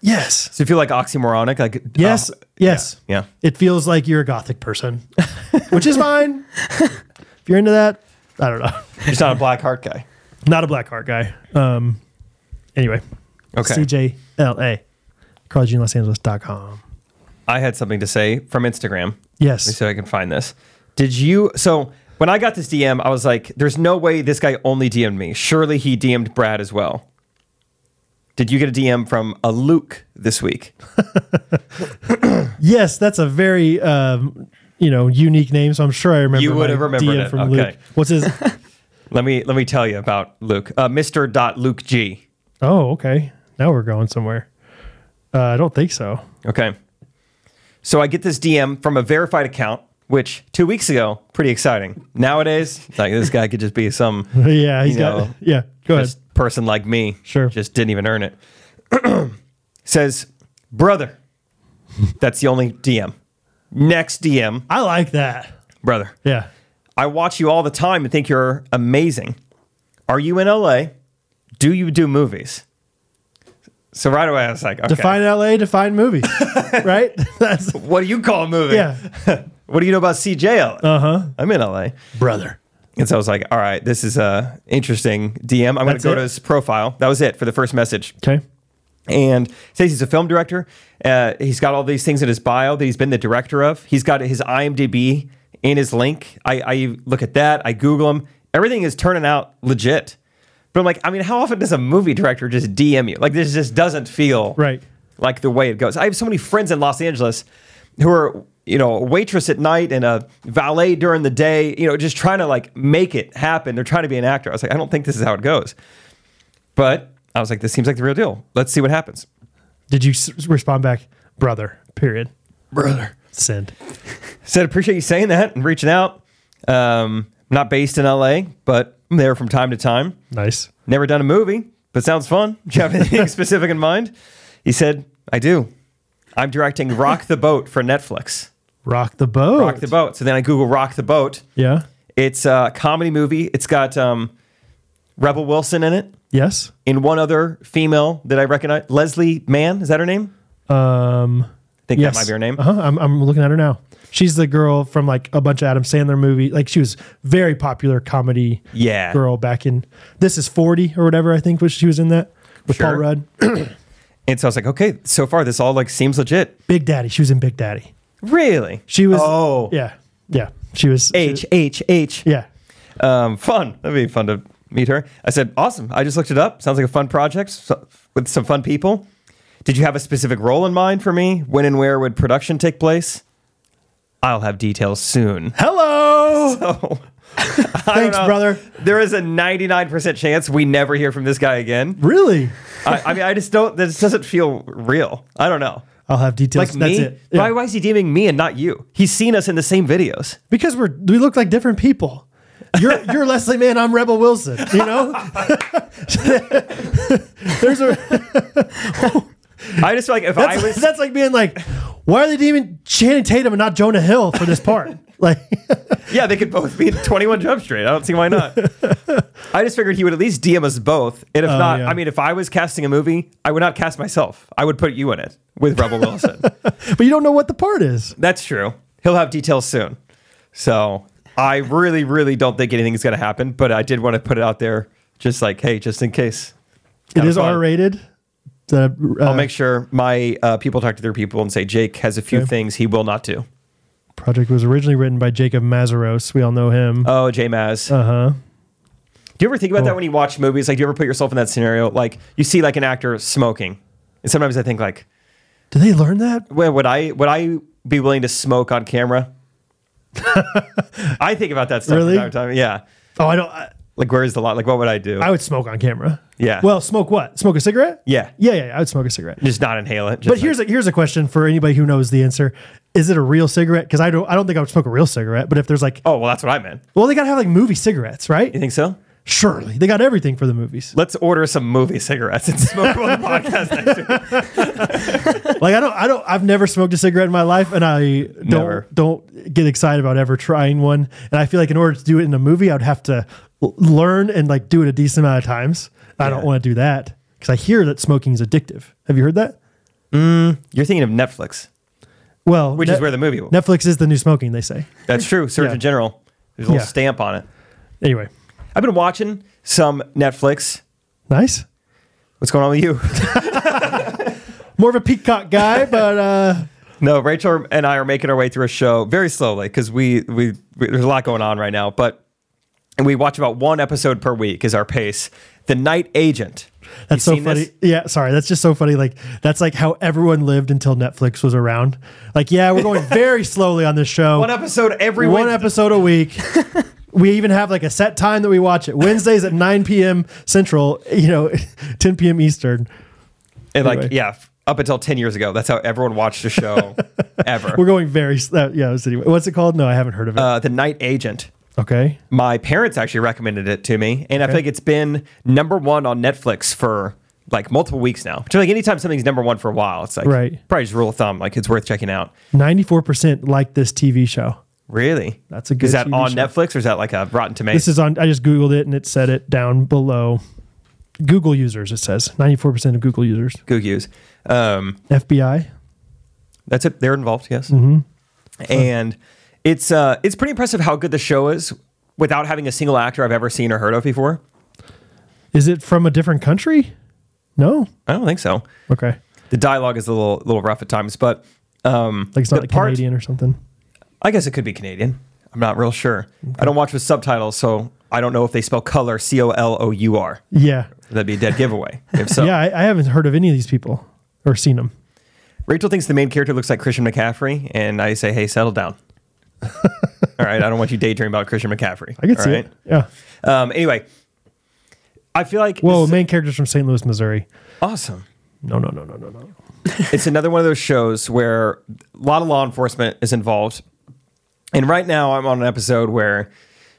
Yes. So you feel like oxymoronic? Like Yes. uh, yes. yeah. It feels like you're a gothic person, which is fine. if you're into that, I don't know. just not a black heart guy. Not a black heart guy. Um. Anyway. Okay. CJLA. CarlyJeanLosAngeles.com. I had something to say from Instagram. Let me Yes. see if I can find this. Did you? So when I got this DM, I was like, "There's no way this guy only DM'd me. Surely he DM'd Brad as well." Did you get a DM from a Luke this week? Yes, that's a very um, you know unique name. So I'm sure I remember. You would my have remembered DM it. from Okay. Luke. What's his? Let me let me tell you about Luke, uh, Mister Luke G. oh, okay. Now we're going somewhere. Uh, I don't think so. Okay, so I get this DM from a verified account, which two weeks ago, pretty exciting. Nowadays, like this guy could just be some yeah, he's You got. know, yeah, go ahead. just person like me. Sure. Just didn't even earn it. Says, brother. That's the only DM. Next DM, I like that. brother. Yeah. I watch you all the time and think you're amazing. Are you in LA? Do you do movies? So right away I was like, okay. Define LA, define movies, right? That's what do you call a movie? yeah, Uh-huh. What do you know about CJ? Uh huh. I'm in LA. brother. And so I was like, all right, this is a interesting DM. I'm going to That's go it? to his profile. That was it for the first message. Okay, and says he's a film director. Uh, he's got all these things in his bio that he's been the director of. He's got his IMDb in his link. I, I look at that. I Google him. Everything is turning out legit. But I'm like, I mean, how often does a movie director just DM you? Like, this just doesn't feel Right. Like the way it goes. I have so many friends in Los Angeles who are, you know, a waitress at night and a valet during the day. You know, just trying to like make it happen. They're trying to be an actor. I was like, I don't think this is how it goes. But I was like, this seems like the real deal. Let's see what happens. Did you s- respond back, brother? Period. Brother. Send. Said appreciate you saying that and reaching out. Um, not based in LA, but I'm there from time to time. Nice. Never done a movie, but sounds fun. Do you have anything specific in mind? He said, I do. I'm directing Rock the Boat for Netflix. Rock the boat. Rock the Boat. So then I Google Rock the Boat. Yeah. It's a comedy movie. It's got um, Rebel Wilson in it Yes. and one other female that I recognize. Leslie Mann, is that her name? Um. I think yes. that might be her name. Uh-huh. I'm, I'm looking at her now. She's the girl from like a bunch of Adam Sandler movie. Like she was very popular comedy. Yeah. Girl back in this is 40 or whatever I think was she was in that with Paul Sure. Rudd. And so I was like, okay, so far this all like seems legit. Big Daddy. She was in Big Daddy. Really? She was. Oh. Yeah. Yeah. She was. she- H H H. yeah. Um, fun. That'd be fun to meet her. I said, awesome. I just looked it up. Sounds like a fun project so, with some fun people. Did you have a specific role in mind for me? When and where would production take place? I'll have details soon. Hello. Thanks, know. brother. There is a 99% chance we never hear from this guy again. Really? I, I mean, I just don't, this doesn't feel real. I don't know. I'll have details. Like That's me? it. Yeah. Why, why is he DMing me and not you? He's seen us in the same videos. Because we're we look like different people. You're you're Leslie Mann. I'm Rebel Wilson. You know. There's a I just feel like if I was. that's, that's like being like, why are they demon Channing Tatum and not Jonah Hill for this part? Like, Yeah, they could both be in 21 Jump Street. I don't see why not. I just figured he would at least DM us both. And if Oh, not, yeah. I mean, if I was casting a movie, I would not cast myself. I would put you in it with Rebel Wilson. but you don't know what the part is. That's true. He'll have details soon. So I really, really don't think anything's going to happen, but I did want to put it out there just like, hey, just in case. It is fun. R rated. The uh, I'll make sure my uh, people talk to their people and say Jake has a few Okay. things he will not do. uh, project was originally written by Jacob Mazaros. We all know him. Oh, J Maz. Uh huh. Do you ever think about Oh. that when you watch movies? Like, do you ever put yourself in that scenario? Like, you see like an actor smoking, and sometimes I think like, Did they learn that? well, would I would I be willing to smoke on camera? I think about that stuff Really? from time to time. Yeah, Oh, I don't. I, like where is the lot? Like, what would I do? I would smoke on camera. Yeah. Well, smoke what? Smoke a cigarette? Yeah. Yeah, yeah. yeah, I would smoke a cigarette. just not inhale it. Just But here's a here's a question for anybody who knows the answer: Is it a real cigarette? Because I don't I don't think I would smoke a real cigarette. But if there's like, oh well, that's what I meant. well, they gotta have like movie cigarettes, You right? think so? Surely they got everything for the movies. Let's order some movie cigarettes and smoke on the podcast. next week. like I don't I don't I've never smoked a cigarette in my life, and I don't Never. don't get excited about ever trying one. And I feel like in order to do it in a movie, I would have to l- learn and like do it a decent amount of times. I don't want to do that because I hear that smoking is addictive. Have you heard that? You're thinking of Netflix. Well, Which is where the movie- Netflix is the new smoking. They say. That's true. Surgeon Yeah. General. There's a little Yeah. stamp on it. Anyway, I've been watching some Netflix. nice. What's going on with you? More of a peacock guy, but uh, No, Rachel and I are making our way through a show very slowly because we, we we there's a lot going on right now, but and we watch about one episode per week is our pace. The Night Agent. That's You so seen funny. this? Yeah, sorry. That's just so funny. Like that's like how everyone lived until Netflix was around. Like, yeah, we're going very slowly on this show. One episode every One Wednesday. episode a week. we even have like a set time that we watch it. Wednesdays at 9 p.m. Central, you know, 10 p.m. Eastern. And like anyway. yeah, f- up until ten years ago, that's how everyone watched a show ever. We're going very s- uh, yeah, it's anyway. What's it called? No, I haven't heard of it. uh, the Night Agent. okay. My parents actually recommended it to me, and I feel like it's been number one on Netflix for like multiple weeks now. Which like anytime something's number one for a while, it's like Right. probably just rule of thumb, like it's worth checking out. 94% like this TV show. Really? That's a good Is that TV on show. Netflix or is that like a Rotten Tomatoes? This is on I just googled it and it said it down below. Google users it says. 94% of Google users. Gugu's. Um, FBI. that's it. They're involved, yes. Mm-hmm. And it's uh, it's pretty impressive how good the show is without having a single actor I've ever seen or heard of before. Is it from a different country? No. I don't think so. Okay. The dialogue is a little little rough at times, but um, Like it's the not like Canadian or something. I guess it could be Canadian. I'm not real sure. I don't watch with subtitles, so I don't know if they spell color C O L O U R. Yeah. That'd be a dead giveaway. If so, Yeah, I, I haven't heard of any of these people or seen them. Rachel thinks the main character looks like Christian McCaffrey, and I say, hey, settle down. All right, I don't want you daydreaming about Christian McCaffrey. I can All see right? it. Yeah. Um, anyway, I feel like Well, this is main character's from St. Louis, Missouri. awesome. No, no, no, no, no, no. it's another one of those shows where a lot of law enforcement is involved. And right now I'm on an episode where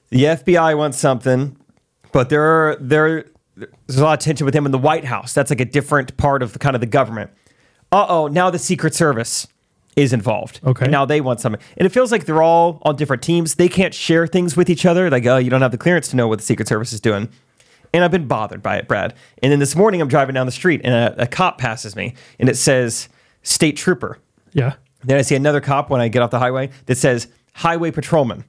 the FBI wants something, but there are there there's a lot of tension with them in the White House. That's like a different part of the kind of the government. Uh-oh, now the Secret Service is involved. Okay. Now they want something. And it feels like they're all on different teams. They can't share things with each other. Like, oh, you don't have the clearance to know what the Secret Service is doing. And I've been bothered by it, Brad. And then this morning I'm driving down the street and a, a cop passes me and it says state trooper. Yeah. Then I see another cop when I get off the highway that says highway patrolman.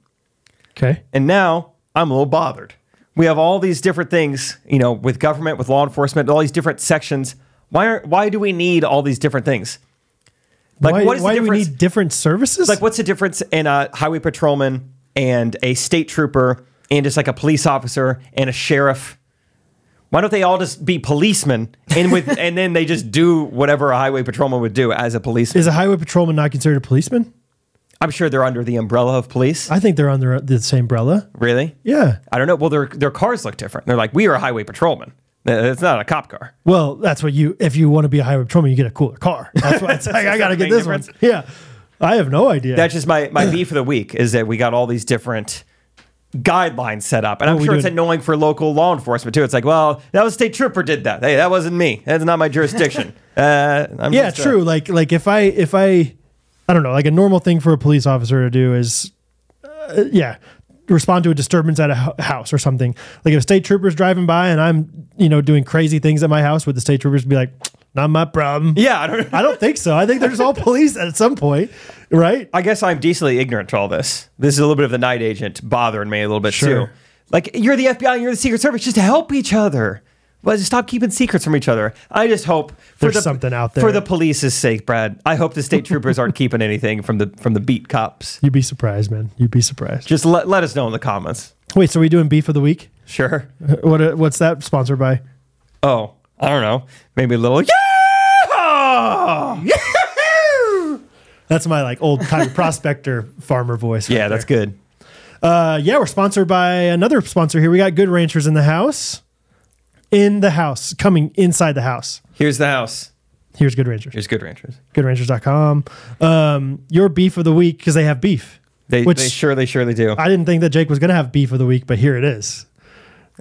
Okay. And now I'm a little bothered. We have all these different things, you know, with government, with law enforcement, all these different sections. Why are why do we need all these different things? Like why what is why the do we difference? need different services? like what's the difference in a highway patrolman and a state trooper and just like a police officer and a sheriff? Why don't they all just be policemen and with and then they just do whatever a highway patrolman would do as a policeman? Is a highway patrolman not considered a policeman? I'm sure they're under the umbrella of police. I think they're under the same umbrella. Really? Yeah. I don't know. Well, their their cars look different. They're like, we are a highway patrolman. Uh, It's not a cop car. Well, that's what you, if you want to be a highway patrolman, you get a cooler car. That's why it's like, I got to the get main this one. Yeah. I have no idea. That's just my my beef of the week is that we got all these different guidelines set up, and What I'm we sure it's doing? annoying for local law enforcement too. It's like, well, that was state trooper did that. Hey, that wasn't me. That's not my jurisdiction. uh, I'm yeah, just, uh, true. Like, like if I, if I, I don't know, like a normal thing for a police officer to do is, uh, yeah, respond to a disturbance at a hu- house or something. Like if a state trooper's driving by and I'm, you know, doing crazy things at my house, would the state troopers be like, not my problem? yeah, I don't. I don't think so. I think they're just all police at some point, right? I guess I'm decently ignorant to all this. This is a little bit of the night agent bothering me a little bit Sure. too. Like you're the FBI, and you're the Secret Service. Just help each other. Well, just stop keeping secrets from each other. I just hope for There's the, something out there. for the police's sake, Brad. I hope the state troopers aren't keeping anything from the from the beat cops. You'd be surprised, man. You'd be surprised. Just let, let us know in the comments. Wait, so are we doing beef of the week? Sure. What what's that sponsored by? Oh, I don't know. Maybe a little. Yeah. That's my like old time prospector farmer voice. right Yeah, that's there. good. Uh, yeah, we're sponsored by another sponsor here. We got Good Ranchers in the house, in the house, coming inside the house. Here's the house. Here's Good Ranchers. Here's Good Ranchers. GoodRanchers.com. Um, your beef of the week because they have beef. They, Which- they surely, surely do. I, I didn't think that Jake was gonna have beef of the week, but here it is.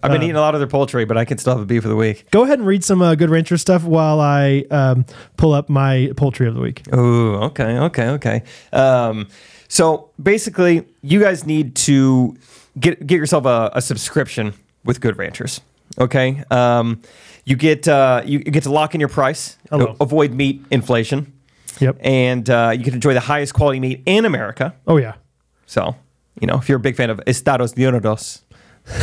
have been eating a lot of their poultry, but I can still have a beef of the week. Go ahead and read some uh, Good Rancher stuff while I um, pull up my poultry of the week. Ooh, okay, okay, okay. Um, so basically, you guys need to get get yourself a, a subscription with Good Ranchers. Okay, um, you get uh, you get to lock in your price, Hello. avoid meat inflation, Yep. and uh, you can enjoy the highest quality meat in America. oh yeah. So, you know, if you're a big fan of Estados Unidos,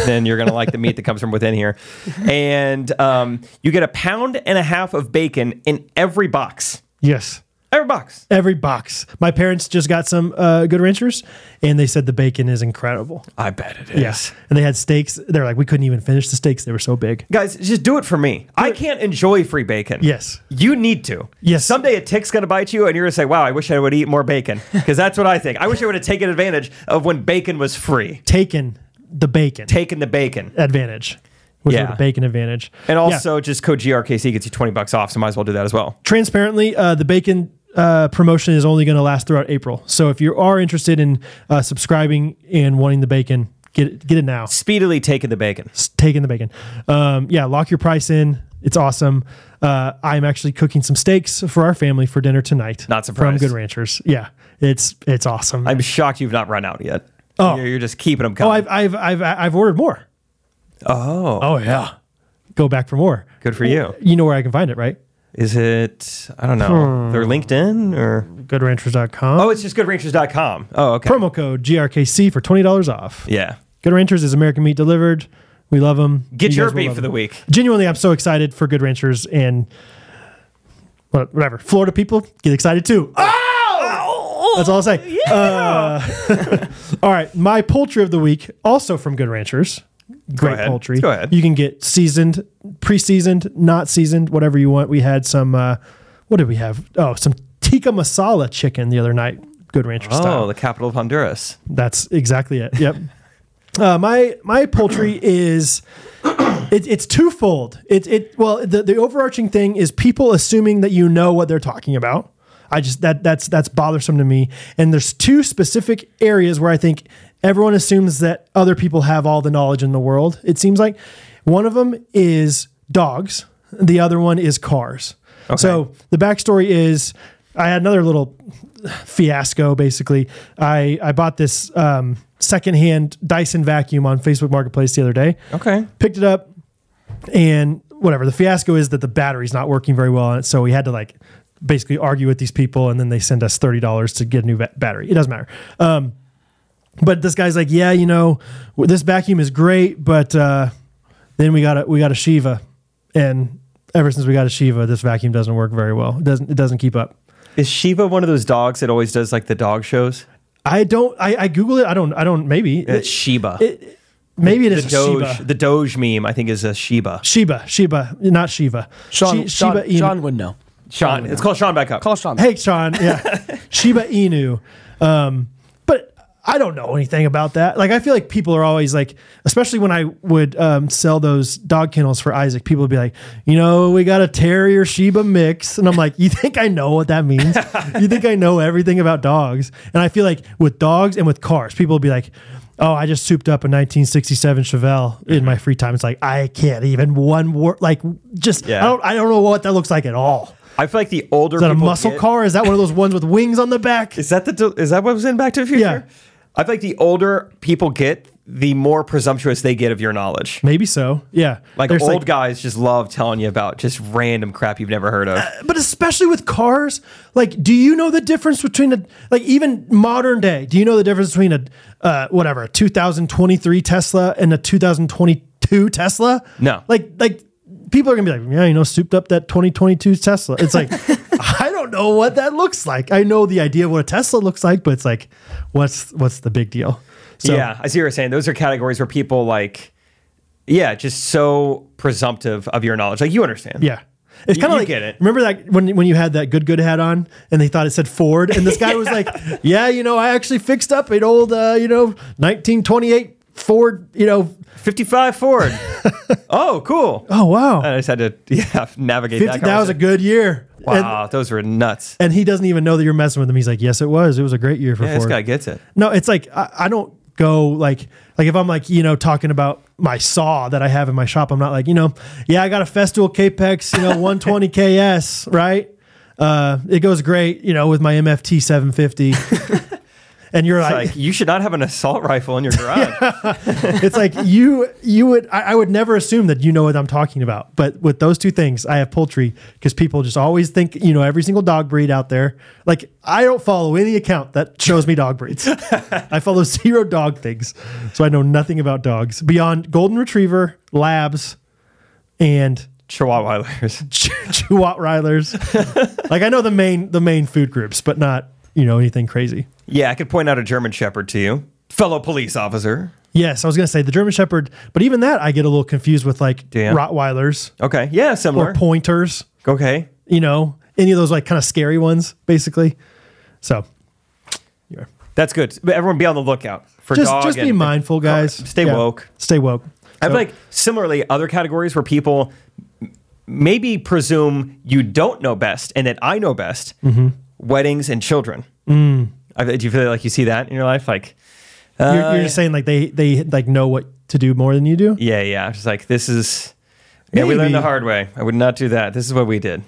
then you're going to like the meat that comes from within here. And um, you get a pound and a half of bacon in every box. Yes. Every box. every box. My parents just got some uh, Good Ranchers, and they said the bacon is incredible. I bet it is. Yes, and they had steaks. They're like, we couldn't even finish the steaks; they were so big. Guys, just do it for me. I can't enjoy free bacon. Yes. You need to. Yes. Someday a tick's going to bite you and you're going to say, wow, I wish I would eat more bacon. Because that's what I think. I wish I would have taken advantage of when bacon was free. Taken the bacon Taking the bacon. advantage, which Yeah. yeah. the bacon advantage, And Yeah. also, just code GRKC gets you 20 bucks off, so might as well do that as well. transparently, uh, the bacon uh, promotion is only going to last throughout April. So if you are interested in uh, subscribing and wanting the bacon, get it, get it now. Speedily taking the bacon. It's taking the bacon. Um, yeah, lock your price in. It's awesome. Uh, I'm actually cooking some steaks for our family for dinner tonight. Not From surprised. Good Ranchers. Yeah, it's it's awesome. I'm shocked you've not run out yet. Oh. You're, you're just keeping them oh, coming. I've I've I've I've ordered more. Oh, Oh yeah, go back for more. good for you. You know where I can find it, right? Is it, I don't Hmm. know, they're LinkedIn or? GoodRanchers.com. Oh, it's just goodranchers.com. Oh, okay. Promo code GRKC for twenty dollars off. Yeah. Good Ranchers is American meat delivered. We love them. Get your beef of the week. Genuinely, I'm so excited for Good Ranchers and what- whatever. Florida people get excited too. Oh! Oh! That's all I'll say. Uh, all right. My poultry of the week, also from Good Ranchers. great ahead. poultry. Go ahead. You can get seasoned, pre-seasoned, not seasoned, whatever you want. We had some. Uh, what did we have? Oh, some tikka masala chicken the other night. Good rancher style. Oh, the capital of Honduras. That's exactly it. Yep. uh, my my poultry is it, it's twofold. It it well the, the overarching thing is people assuming that you know what they're talking about. I just that that's that's bothersome to me. And there's two specific areas where I think everyone assumes that other people have all the knowledge in the world. It seems like one of them is dogs. The other one is cars. So the backstory is I had another little fiasco basically i i bought this um secondhand dyson vacuum on facebook marketplace the other day Okay. picked it up and whatever the fiasco is that the battery's not working very well on it so we had to like basically argue with these people and then they send us $30 to get a new va- battery it doesn't matter um but this guy's like yeah you know w- this vacuum is great but uh then we got a we got a shiva and ever since we got a shiva this vacuum doesn't work very well it doesn't it doesn't keep up Is Shiva one of those dogs that always does like the dog shows? I don't. I, I Google it. I don't. I don't. Maybe It- It's Sheba. it- maybe it the is Doge, Sheba. the Doge meme, I think, is a Sheba. Sheba. Sheba. Not Shiva. Sean, Shi- Sean, Shiba Inu. Sean would know. Sean, it's called Sean back up. Call Sean. Hey, Sean. Yeah. Shiba Inu. Um, but I don't know anything about that. Like, I feel like people are always like, especially when I would um, sell those dog kennels for Isaac, people would be like, you know, we got a terrier Shiba mix. And I'm like, you think I know what that means? you think I know everything about dogs? And I feel like with dogs and with cars, people will be like, Oh, I just souped up a 1967 Chevelle in my free time. It's like I can't even one word, like just Yeah. I don't I don't know what that looks like at all. I feel like the older Is that a people muscle get- car? Is that one of those ones with wings on the back? Is that the do- is that what was in Back to the Future? Yeah. I feel like the older people get, the more presumptuous they get of your knowledge. Maybe so. Yeah. Like There's, old guys just love telling you about just random crap you've never heard of. But especially with cars, like, do you know the difference between a like even modern day? Do you know the difference between a uh, whatever a 2023 Tesla and a 2022 Tesla? No. Like like people are gonna be like, yeah, you know, souped up that 2022 Tesla. It's like I don't know what that looks like. I know the idea of what a Tesla looks like, but it's like, what's what's the big deal? So, yeah, I see what you're saying. Those are categories where people like, yeah, just so presumptive of your knowledge. Like you understand. Yeah. It's You- kind of you like get it. remember that when when you had that good good hat on and they thought it said Ford and this guy was like, "Yeah, you know, I actually fixed up an old uh, you know, 1928 Ford, you know, 55 Ford. oh, cool. oh wow. I just had to yeah navigate 50, that. that was a conversation. good year." Wow, And, those were nuts. and he doesn't even know that you're messing with him. He's like, "Yes, it was. It was a great year for Yeah, Ford." this guy gets it. No, it's like I, I don't go like like if I'm like you know talking about my saw that I have in my shop, I'm not like you know yeah I got a Festool Capex you know 120 KS right. Uh, it goes great you know with my MFT 750. And you're like, Like you should not have an assault rifle in your garage. it's like you, you would, I, I would never assume that you know what I'm talking about. But with those two things, I have poultry because people just always think, you know, every single dog breed out there. Like I don't follow any account that shows me dog breeds. I follow zero dog things, so I know nothing about dogs beyond golden retriever, labs, and Chihuahua Chihuahuilers. Chihuahuilers. like I know the main the main food groups, but not you know anything crazy. Yeah, I could point out a German Shepherd to you, fellow police officer. Yes, I was gonna say the German Shepherd, but even that I get a little confused with like Do ya? Rottweilers Okay, yeah, or similar. pointers. okay, You know, any of those like kind of scary ones, basically. So that's good. But everyone, be on the lookout for just dog just be and- mindful, guys. Stay woke. Stay woke. I So, feel like similarly other categories where people m- maybe presume you don't know best and that I know best. Mm-hmm. Weddings and children. Mm. I, do you feel like you see that in your life? Like, you're, you're uh, just saying like they they like know what to do more than you do. yeah, yeah. Just like this is. Yeah, we learned the Maybe. hard way. I would not do that. This is what we did.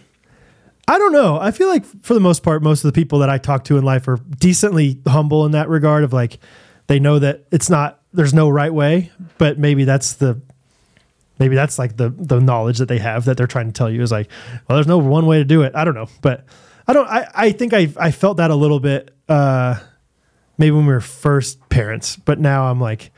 I don't know. I feel like for the most part, most of the people that I talk to in life are decently humble in that regard of like they know that it's not there's no right way, but maybe that's the maybe that's like the the knowledge that they have that they're trying to tell you is like, well, there's no one way to do it. I don't know. But I don't I, I think I I felt that a little bit uh maybe when we were first parents, but now I'm like,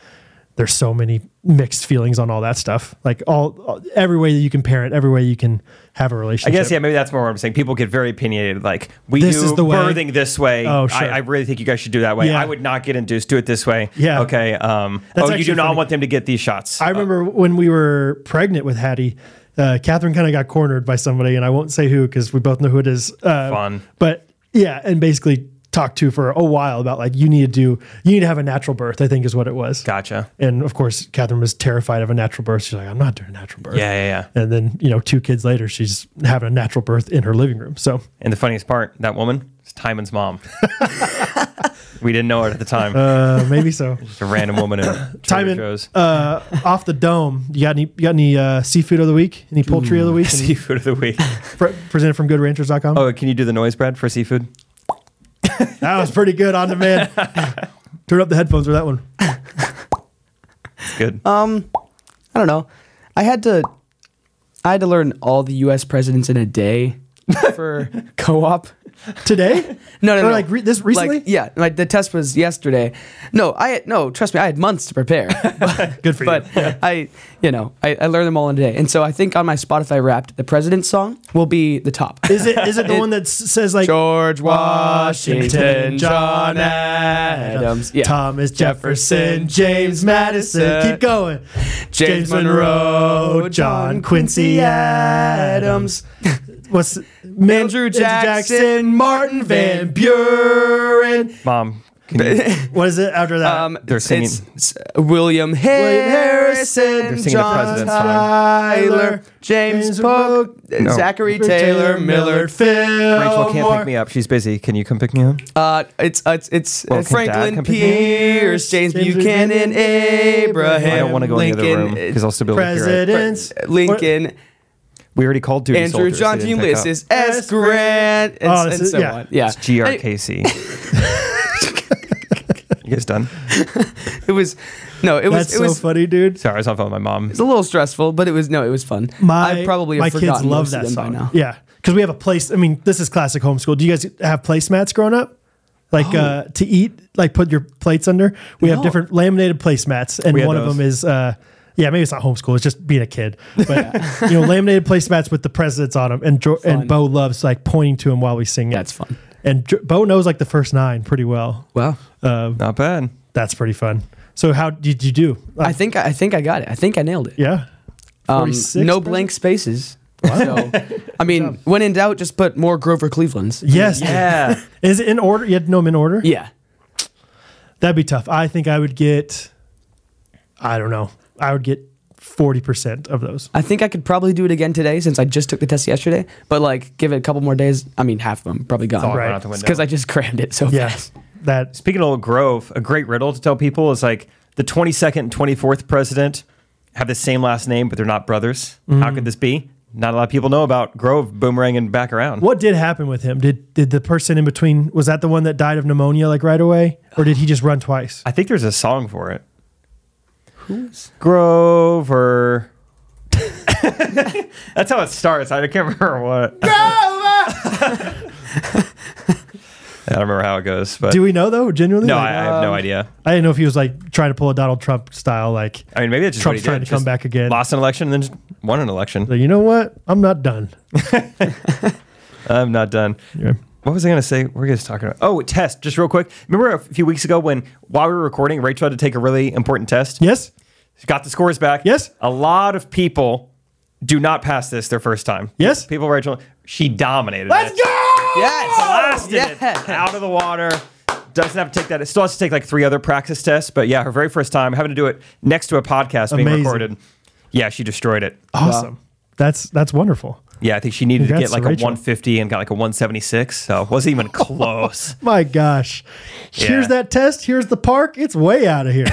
there's so many mixed feelings on all that stuff. Like all, all- every way that you can parent, every way you can have a I relationship. guess yeah, maybe that's more what I'm saying. People get very opinionated. Like we This do is the way. birthing this way. Oh, sure. I, I really think you guys should do that way. Yeah. I would not get induced. Do it this way. Yeah. Okay. Um. That's oh, you do actually not funny. want them to get these shots. I remember when we were pregnant with Hattie, uh, Catherine kind of got cornered by somebody, and I won't say who because we both know who it is. Uh, Fun. but yeah, and basically talked to for a while about like you need to do, you need to have a natural birth. I think is what it was. gotcha. And of course, Catherine was terrified of a natural birth. She's like, I'm not doing a natural birth. Yeah, yeah, yeah. And then you know, two kids later, she's having a natural birth in her living room. So And the funniest part, that woman is Timon's mom. we didn't know it at the time. uh, maybe so. Just a random woman in Trader Timon, Joe's. uh, off the dome. You got any? You got any uh, seafood of the week? Any poultry of the week? Any seafood of the week. pre- presented from GoodRanchers.com. Oh, can you do the noise, Brad, for seafood? That was pretty good on demand. Turn up the headphones for that one. It's good. I don't know. I had to I had to learn all the US presidents in a day for co-op. Today? No, no, Or no. like re- this recently? Like, yeah, like the test was yesterday. No, I had, no, trust me, I had months to prepare. Good for but you. I, you know, I, I learned them all in a day. And so I think on my Spotify Wrapped, the president's song will be the top. Is it is it the one that s- says like George Washington, John Adams, yeah. Thomas Jefferson, James Madison? Keep going. James Monroe, John Quincy Adams. What's Andrew Jackson, Martin Van Buren. Buren? mom, can you, What is it after that? Um, They're singing- it's, it's William Harrison, Harrison, singing the John president's song. Tyler, James, James Polk, No. Zachary Taylor, Miller. Phil. Rachel can't pick me up. She's busy. Can you come pick me up? Uh, it's uh, it's, it's Well, uh, can Dad Franklin come pick me Pierce, James, James Buchanan, Buchanan, Abraham. I don't want to go Lincoln, in the other room because I'll still be able to hear it. Presidents. uh, Lincoln, We already called duty Andrew soldiers. They Johnson, didn't pick up. Ulysses S. Grant, and, Oh, and this is- so yeah. on. Yeah, It's GRKC. you guys done? it was no, it was That's it so was funny, dude. Sorry, I was on the phone with my mom. It's a little stressful, but it was no, it was fun. My I probably have my forgotten kids love most of that them song. by now. Yeah, because we have a place. I mean, this is classic homeschool. Do you guys have placemats growing up? Like uh, to eat, like put your plates under. We have Oh. No. different laminated placemats, and We had one of those. them is. Uh, yeah, maybe it's not homeschool. It's just being a kid. But you know, laminated placemats with the presidents on them, and jo- and Fun. Bo loves like pointing to him while we sing it. That's fun. And jo- Bo knows like the first nine pretty well. Uh, Wow. Not bad. That's pretty fun. So how did you do? Like, I think I think I got it. I think I nailed it. yeah, um, 46 no percent? blank spaces. So, I mean, when in doubt, just put more Grover Cleveland's. yes, Yeah. Is it in order? You had to know them in order. Yeah. That'd be tough. I think I would get, I don't know, I would get 40% of those. I think I could probably do it again today since I just took the test yesterday. But like, give it a couple more days. I mean, half of them probably All gone. Right. right. out the window. Because I just crammed it so Yes. fast. That, Speaking of Old Grove, a great riddle to tell people is like the 22nd and 24th president have the same last name, but they're not brothers. How could this be? Not a lot of people know about Grove boomeranging back around. what did happen with him? Did, did the person in between, was that the one that died of pneumonia like right away? Or did he just run twice? I think there's a song for it. Who's Grover? That's how it starts. I can't remember what. Grover. I don't remember how it goes, but Do we know though, genuinely? no, Like, I, I have Um, no idea. I didn't know if he was like trying to pull a Donald Trump style, like, I mean, maybe it's just what Trump's he trying did. to come Just back again. Lost an election and then just won an election. you know what? I'm not done. I'm not done. Yeah. What was I going to say? We're just talking about. Oh, test. Just real quick. Remember a few weeks ago when while we were recording, Rachel had to take a really important test. Yes? She got the scores back. Yes. A lot of people do not pass this their first time. Yes. People, Rachel, she dominated. Let's it. go! Yes. Blasted it out of the water. Doesn't have to take that. It still has to take like three other practice tests. But yeah, her very first time having to do it next to a podcast being Amazing. recorded. Yeah, she destroyed it. Awesome. That's, that's wonderful. Yeah, I think she needed Congrats to to get like a Rachel. 150 and got like a 176. So wasn't even close. My gosh. Here's Yeah. that test. Here's the park. It's way out of here.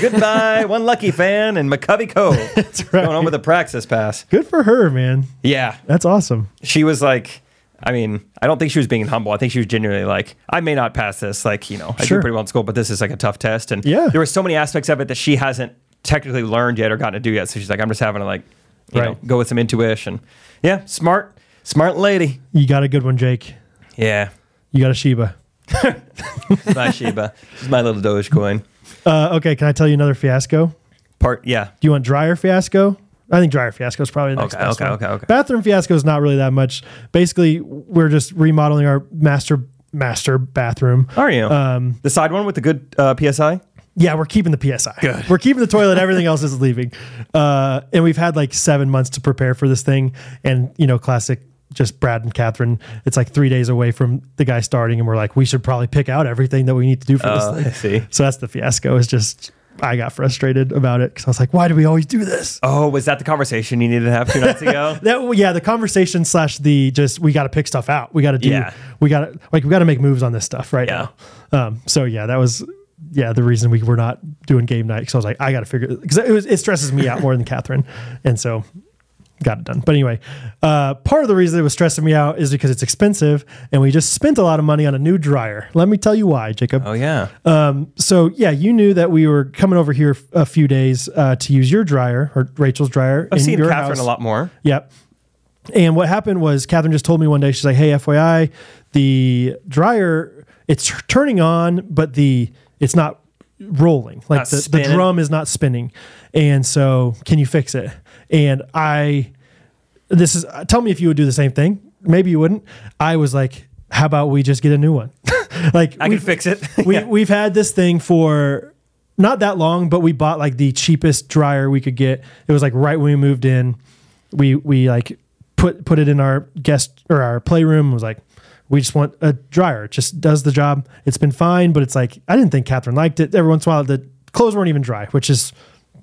Goodbye, one lucky fan in McCovey Cove. That's right. Going on with a praxis pass. Good for her, man. Yeah. That's awesome. She was like, I mean, I don't think she was being humble. I think she was genuinely like, I may not pass this. Like, you know, I Sure. do pretty well in school, but this is like a tough test. And Yeah. there were so many aspects of it that she hasn't technically learned yet or gotten to do yet. So she's like, I'm just having to like, you know, Right. go with some intuition. Yeah. Smart, smart lady. You got a good one, Jake. Yeah. You got a Sheba. My Sheba. She's my little Dogecoin. Uh, okay, can I tell you another fiasco? Part yeah. Do you want dryer fiasco? I think dryer fiasco is probably the next Okay, best okay, one. okay, okay. Bathroom fiasco is not really that much. Basically, we're just remodeling our master master bathroom. Are you? Um, the side one with the good uh, PSI? Yeah, we're keeping the PSI. Good. We're keeping the toilet. Everything else is leaving. Uh, and we've had like seven months to prepare for this thing. And, you know, classic just Brad and Catherine. It's like three days away from the guy starting. And we're like, we should probably pick out everything that we need to do for Oh, this I thing. see. So that's the fiasco is just, I got frustrated about it because I was like, why do we always do this? Oh, was that the conversation you needed to have two nights ago? That yeah, the conversation slash the just we got to pick stuff out. We got to do. Yeah. We got to like we got to make moves on this stuff right Yeah. now. Um. So yeah, that was yeah the reason we were not doing game night because I was like I got to figure because it was it stresses me out more than Catherine, and so got it done. But anyway, uh, part of the reason it was stressing me out is because it's expensive and we just spent a lot of money on a new dryer. Let me tell you why, Jacob. Oh yeah. Uh, So yeah, you knew that we were coming over here f- a few days uh, to use your dryer or Rachel's dryer. I've in seen your Catherine house. a lot more. Yep. And what happened was Catherine just told me one day, she's like, hey, FYI, the dryer, it's turning on, but the it's not rolling. Like Not the, the spinning. drum is not spinning. And so can you fix it? And I this is uh, tell me if you would do the same thing. Maybe you wouldn't. I was like, how about we just get a new one? like I we- can fix it. we Yeah. we've had this thing for not that long, but we bought like the cheapest dryer we could get. It was like right when we moved in. We we like put put it in our guest or our playroom. It was like we just want a dryer. It just does the job. It's been fine, but it's like I didn't think Catherine liked it. Every once in a while, the clothes weren't even dry, which is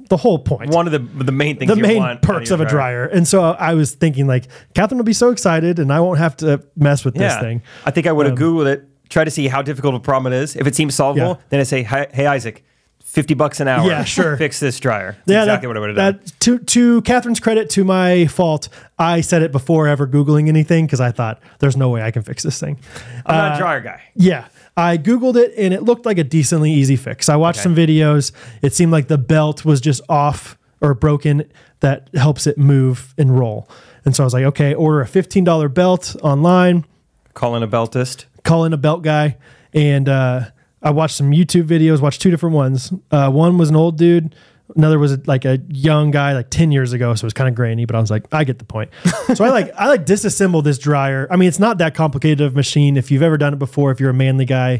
the whole point One of the the main things the you main want perks of out a dryer. And so I was thinking like Catherine will be so excited, and I won't have to mess with Yeah. this thing. Um, I think I would have googled it, try to see how difficult a problem it is. If it seems solvable, Yeah. then I say, "Hi- "Hey Isaac, 50 bucks an hour. Yeah, sure. Fix this dryer." That's exactly what I would have done. that- To to Catherine's credit, to my fault, I said it before ever googling anything because I thought there's no way I can fix this thing. I'm uh, not a dryer guy. Yeah. I Googled it and it looked like a decently easy fix. I watched Okay. some videos. It seemed like the belt was just off or broken that helps it move and roll. And so I was like, okay, order a $15 belt online Call in a beltist. call in a belt guy and uh, i watched some youtube videos watched two different ones uh, one was an old dude another was like a young guy like 10 years ago so it was kind of grainy but i was like i get the point so i like i like disassemble this dryer i mean it's not that complicated of a machine if you've ever done it before if you're a manly guy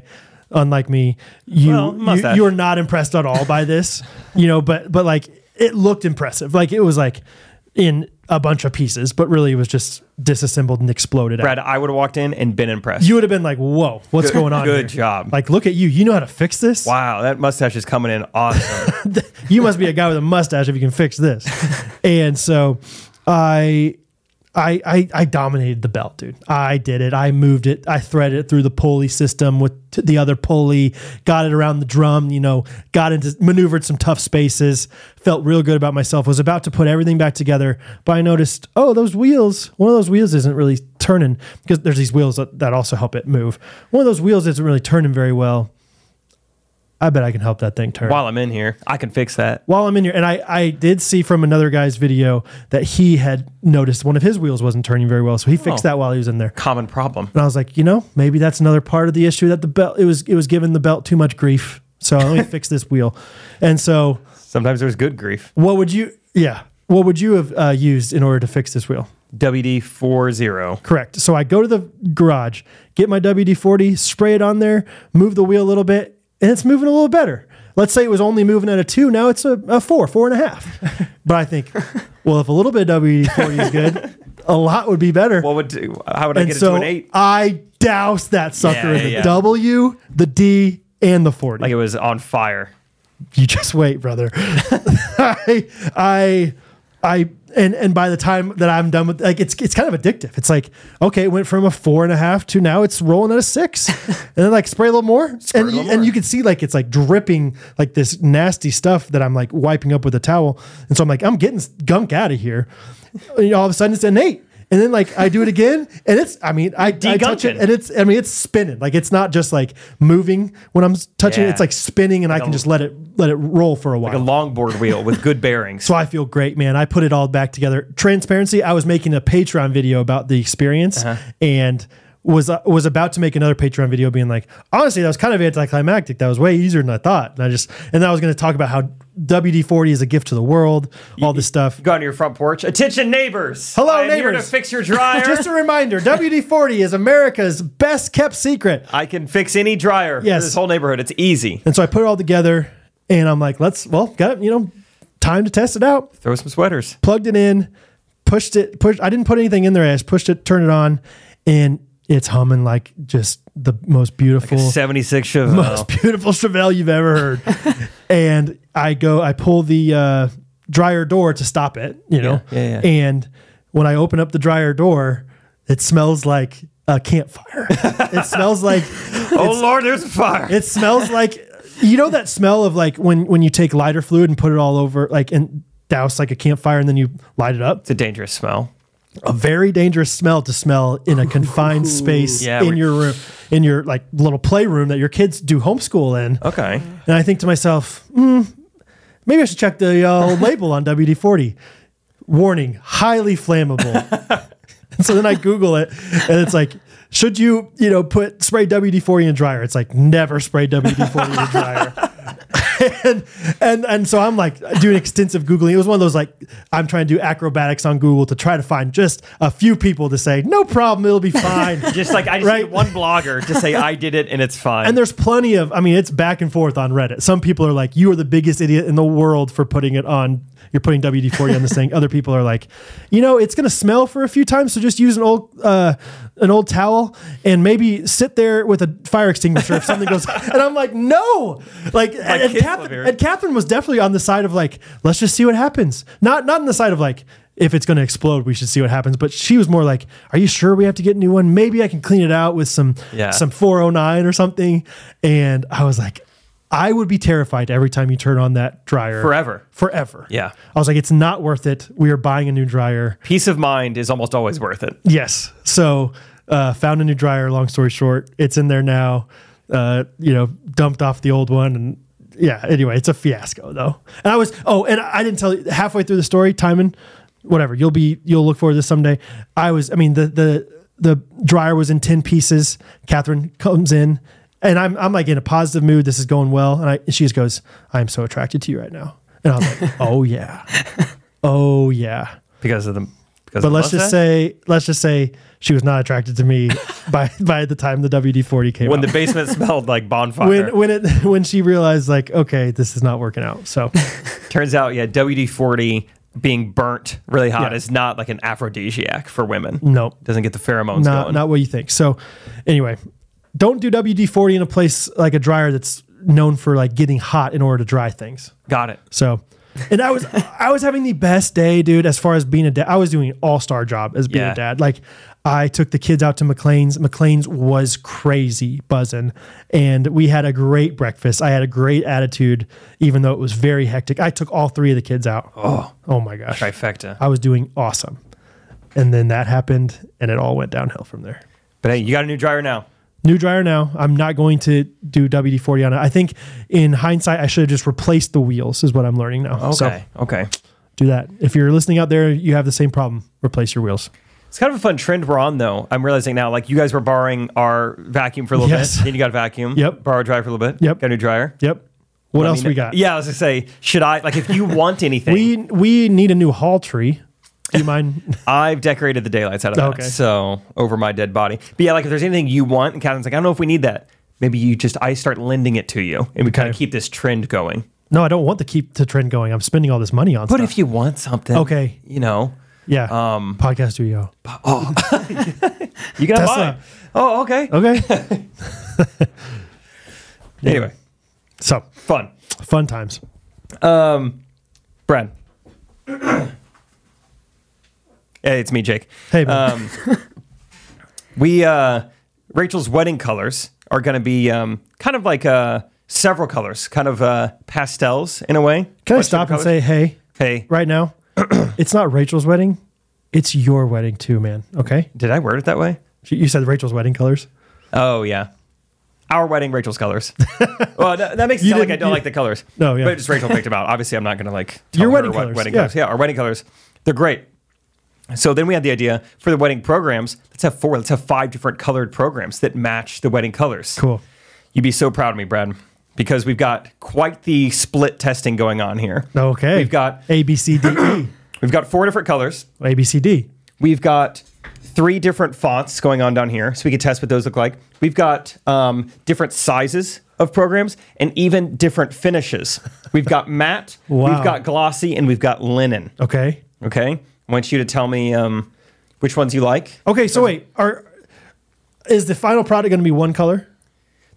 unlike me you Well, you, mustache. you are not impressed at all by this you know but but like it looked impressive like it was like in a bunch of pieces but really it was just disassembled and exploded out. Brad, I would have walked in and been impressed. You would have been like, "Whoa, what's Good- going on?" good here? job. Like, look at you. You know how to fix this. wow, that mustache is coming in awesome. You must be a guy with a mustache if you can fix this. and so, I, I, I, I dominated the belt, dude. I did it. I moved it. I threaded it through the pulley system with t- the other pulley. Got it around the drum. You know, got into maneuvered some tough spaces. Felt real good about myself. Was about to put everything back together, but I noticed, oh, those wheels. One of those wheels isn't really turning because there's these wheels that, that also help it move. One of those wheels isn't really turning very well. I bet I can help that thing turn While I'm in here, I can fix that. while I'm in here, and I, I did see from another guy's video that he had noticed one of his wheels wasn't turning very well, so he fixed Oh. that while he was in there. Common problem. And I was like, you know, maybe that's another part of the issue that the belt it was it was giving the belt too much grief. So let me fix this wheel. And so, Sometimes there's good grief. what would you? Yeah, what would you have uh, used in order to fix this wheel? WD 40. Correct. So I go to the garage, get my WD 40, spray it on there, move the wheel a little bit, and it's moving a little better. Let's say it was only moving at a two, now it's a, a four, four and a half. but I think, well, if a little bit of WD 40 is good, a lot would be better. What would how would I and get it so to an eight? I doused that sucker Yeah, in yeah, the yeah. W, the D, and the 40 Like it was on fire. you just wait, brother. I, I, I, and and by the time that I'm done with, like, it's it's kind of addictive. It's like, okay, it went from a four and a half to now it's rolling at a six, and then like spray a little more, a and you, little and more. you can see like it's like dripping like this nasty stuff that I'm like wiping up with a towel, and so I'm like, I'm getting gunk out of here. And all of a sudden, it's an eight. And then like I do it again, and it's I mean I, I touch it Degunking. and it's I mean it's spinning like it's not just like moving when I'm s- touching it Yeah. it's like spinning and I a- can just let it let it roll for a while. Like a longboard wheel with good bearings. so I feel great, man. I put it all back together. Transparency. I was making a Patreon video about the experience Uh-huh. and was uh, was about to make another Patreon video, being like, honestly, that was kind of anticlimactic. That was way easier than I thought. And I just and I was going to talk about how WD 40 is a gift to the world, all this stuff. Go on your front porch. Attention, neighbors. Hello, I am Here to neighbors. fix your dryer. Just a reminder WD 40 is America's best kept secret. I can fix any dryer. Yes. For this whole neighborhood. It's easy. And so I put it all together and I'm like, let's, well, got it, you know, time to test it out. Throw some sweaters. Plugged it in, pushed it, pushed, I didn't put anything in there. I just pushed it, turned it on, and it's humming like just the most beautiful. Seventy-six Chevelle. most beautiful Chevelle you've ever heard. and I go, I pull the uh, dryer door to stop it, you know. Yeah, yeah, yeah. And when I open up the dryer door, it smells like a campfire. it smells like oh Lord, there's a fire. it smells like you know that smell of like when when you take lighter fluid and put it all over like and douse like a campfire and then you light it up. It's a dangerous smell. A very dangerous smell to smell in a confined space Yeah, in we- your room, in your like little playroom that your kids do homeschool in. Okay. And I think to myself, hmm, maybe I should check the uh, label on WD 40. Warning, highly flammable. and so then I Google it and it's like, should you, you know, put spray WD 40 in dryer? It's like, never spray WD 40 in dryer. and, and and so I'm like doing extensive googling. It was one of those like I'm trying to do acrobatics on Google to try to find just a few people to say no problem, it'll be fine. Just like I just Right. need one blogger to say I did it and it's fine. And there's plenty of, I mean, it's back and forth on Reddit. Some people are like, you are the biggest idiot in the world for putting it on, you're putting WD 40 on this thing. Other people are like, you know, it's going to smell for a few times. So just use an old, uh, an old towel and maybe sit there with a fire extinguisher if something goes. And I'm like, no. Like, and, and kids Catherine- live here. and Catherine was definitely on the side of like, let's just see what happens. Not, not on the side of like, if it's going to explode, we should see what happens. But she was more like, "Are you sure we have to get a new one? Maybe I can clean it out with some Yeah. some 409 or something. And I was like, I would be terrified every time you turn on that dryer. Forever. Forever. Yeah. I was like, it's not worth it. We are buying a new dryer. Peace of mind is almost always worth it. Yes. So uh, found a new dryer, long story short. It's in there now. Uh, you know, dumped off the old one and yeah, anyway, it's a fiasco though. And I was oh, and I didn't tell you halfway through the story, Timon, whatever, you'll be you'll look forward to this someday. I was I mean the the the dryer was in 10 pieces. Catherine comes in and I'm I'm like in a positive mood. This is going well. And I and she just goes, I'm so attracted to you right now. And I was like, Oh yeah. Oh yeah Because of the because but of let's the just mustache? say let's just say she was not attracted to me by by the time the WD forty came when out. the basement smelled like bonfire. when when it when she realized like okay this is not working out so Turns out, yeah, WD 40 being burnt really hot Yeah. is not like an aphrodisiac for women. Nope. Doesn't get the pheromones not going. not what you think so anyway don't do WD forty in a place like a dryer that's known for like getting hot in order to dry things Got it. so and I was I was having the best day dude as far as being a dad I was doing an all star job as being Yeah. a dad like I took the kids out to McLean's. McLean's was crazy buzzing, and we had a great breakfast. I had a great attitude, even though it was very hectic. I took all three of the kids out. Oh, oh my gosh, Trifecta. I was doing awesome, and then that happened, and it all went downhill from there. But hey, you got a new dryer now. New dryer now. I'm not going to do WD forty on it. I think in hindsight, I should have just replaced the wheels. Is what I'm learning now. Okay. So, okay. do that. If you're listening out there, you have the same problem. Replace your wheels. It's kind of a fun trend we're on, though. I'm realizing now, like you guys were borrowing our vacuum for a little Yes. bit. Then you got a vacuum. Yep. Borrow a dryer for a little bit. Yep. Got a new dryer. Yep. What Let else me we kn- got? Yeah, I was gonna say, should I like if you want anything? We we need a new hall tree. Do you mind? I've decorated the daylights out of that, Okay. so over my dead body. But yeah, like if there's anything you want, and Catherine's like, I don't know if we need that. Maybe you just I start lending it to you, and we kind of Okay. keep this trend going. no, I don't want to keep the trend going. I'm spending all this money on. But stuff. if you want something, Okay. you know, yeah, um, podcast studio. oh. you gotta Tesla. buy. Oh, okay. Okay, Anyway, so fun. fun times. Um, Brad. hey, it's me, Jake. Hey, man. Um, we uh, Rachel's wedding colors are going to be um, kind of like uh, several colors, kind of uh, pastels in a way. can I Western stop and colors. say hey hey, right now? it's not Rachel's wedding. It's your wedding too, man. Okay, did I word it that way? She- you said Rachel's wedding colors. Oh yeah, our wedding, Rachel's colors. well, that, that makes it You sound like I didn't- don't you- like the colors. No, yeah. but just Rachel picked them out. Obviously, I'm not going to like tell Your her wedding what colors, Wedding yeah. colors, yeah, our wedding colors. They're great. So then we had the idea for the wedding programs. Let's have four. Let's have five different colored programs that match the wedding colors. Cool. You'd be so proud of me, Brad, because we've got quite the split testing going on here. Okay. We've got A, B, C, D, E. we've got four different colors. A, B, C, D. We've got three different fonts going on down here, so we can test what those look like. We've got um, different sizes of programs and even different finishes. We've got matte, Wow. we've got glossy, and we've got linen. Okay. Okay, I want you to tell me um, which ones you like. Okay, so wait, are is the final product going to be one color?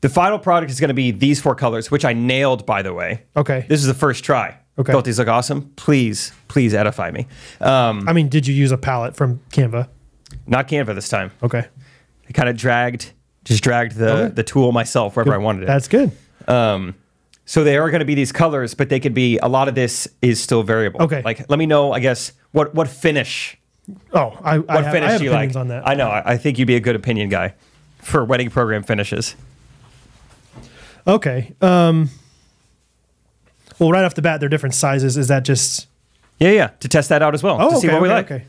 The final product is going to be these four colors, which I nailed, by the way. Okay. This is the first try. Okay. Don't these look awesome? Please, please edify me. Um, I mean, did you use a palette from Canva? not Canva this time. Okay. I kind of dragged, just dragged the, the tool myself wherever I wanted it. That's good. Um, so they are going to be these colors, but they could be a lot of this is still variable. Okay. Like, let me know, I guess, what what finish, Oh, I, I what have, finish I have you opinions like? on that. I know. I, I think you'd be a good opinion guy for wedding program finishes. okay. Um, well, right off the bat, they're different sizes. Is that just? Yeah, yeah. To test that out as well. Oh, to okay. see what we okay, like. okay.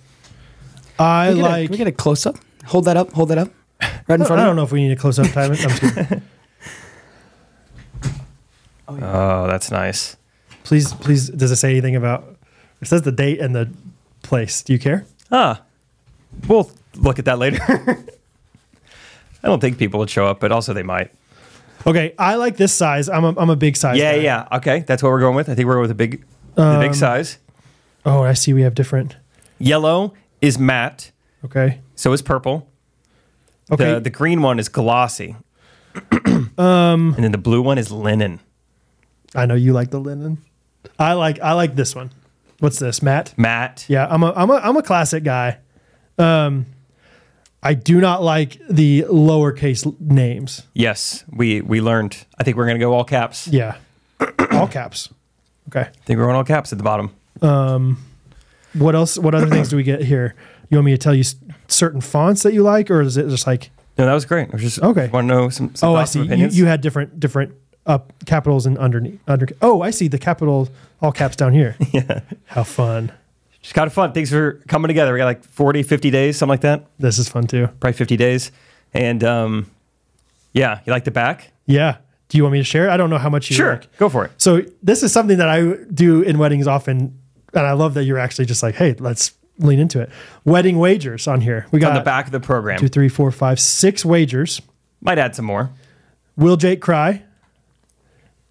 I Can we get a- like. can we get a close up? Hold that up. Hold that up. Right in front I of don't know if we need a close up time. I'm just kidding. Oh, that's nice. Please, please. Does it say anything about? It says the date and the place. Do you care? Ah, we'll look at that later. I don't think people would show up, but also they might. Okay, I like this size. I'm a, I'm a big size. Yeah, guy. yeah. Okay, that's what we're going with. I think we're going with a big, the Um, big size. Oh, I see. We have different. Yellow is matte, Okay. so is purple. Okay. The the green one is glossy. um, and then the blue one is linen. I know you like the linen. I like I like this one. What's this, Matt? Matte. Yeah, I'm a I'm a I'm a classic guy. Um, I do not like the lowercase l- names. Yes, we we learned. I think we're gonna go all caps. Yeah, all caps. Okay. I think we're on all caps at the bottom. What else? What other things do we get here? You want me to tell you s- certain fonts that you like, or is it just like? No, that was great. I was just Okay. Want to know some? some Oh, I thoughts see. and You, Opinions. you had different different up capitals and underneath under. Oh, I see the capital all caps down here. yeah. How fun! just kind of fun. Things are coming together. We got like 40, 50 days, something like that. This is fun too. Probably 50 days. And um, yeah, you like the back? Yeah. Do you want me to share? it? I don't know how much you like. Go for it. So this is something that I do in weddings often, and I love that you're actually just like, hey, let's lean into it. Wedding wagers on here. We got On the back of the program. Uh, two, three, four, five, six wagers. Might add some more. Will Jake cry?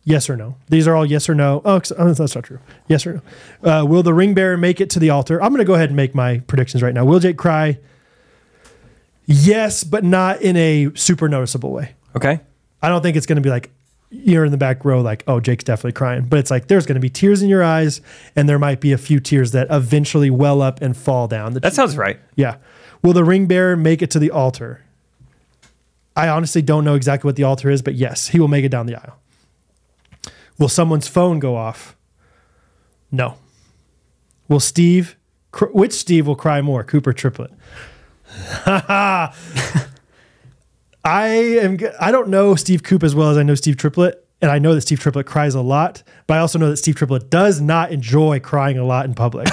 Yes or no. These are all yes or no. Oh, ex- oh, that's not true. Yes or no. Uh, will the ring bearer make it to the altar? I'm going to go ahead and make my predictions right now. Will Jake cry? Yes, but not in a super noticeable way. Okay. I don't think it's going to be like you're in the back row, like, oh, Jake's definitely crying. But it's like there's going to be tears in your eyes, and there might be a few tears that eventually well up and fall down. The- That sounds right. yeah. Will the ring bearer make it to the altar? I honestly don't know exactly what the altar is, but yes, he will make it down the aisle. Will someone's phone go off? No. Will Steve, cr- which Steve will cry more, Cooper Triplet? I am. g- I don't know Steve Coop as well as I know Steve Triplet, and I know that Steve Triplet cries a lot. But I also know that Steve Triplet does not enjoy crying a lot in public.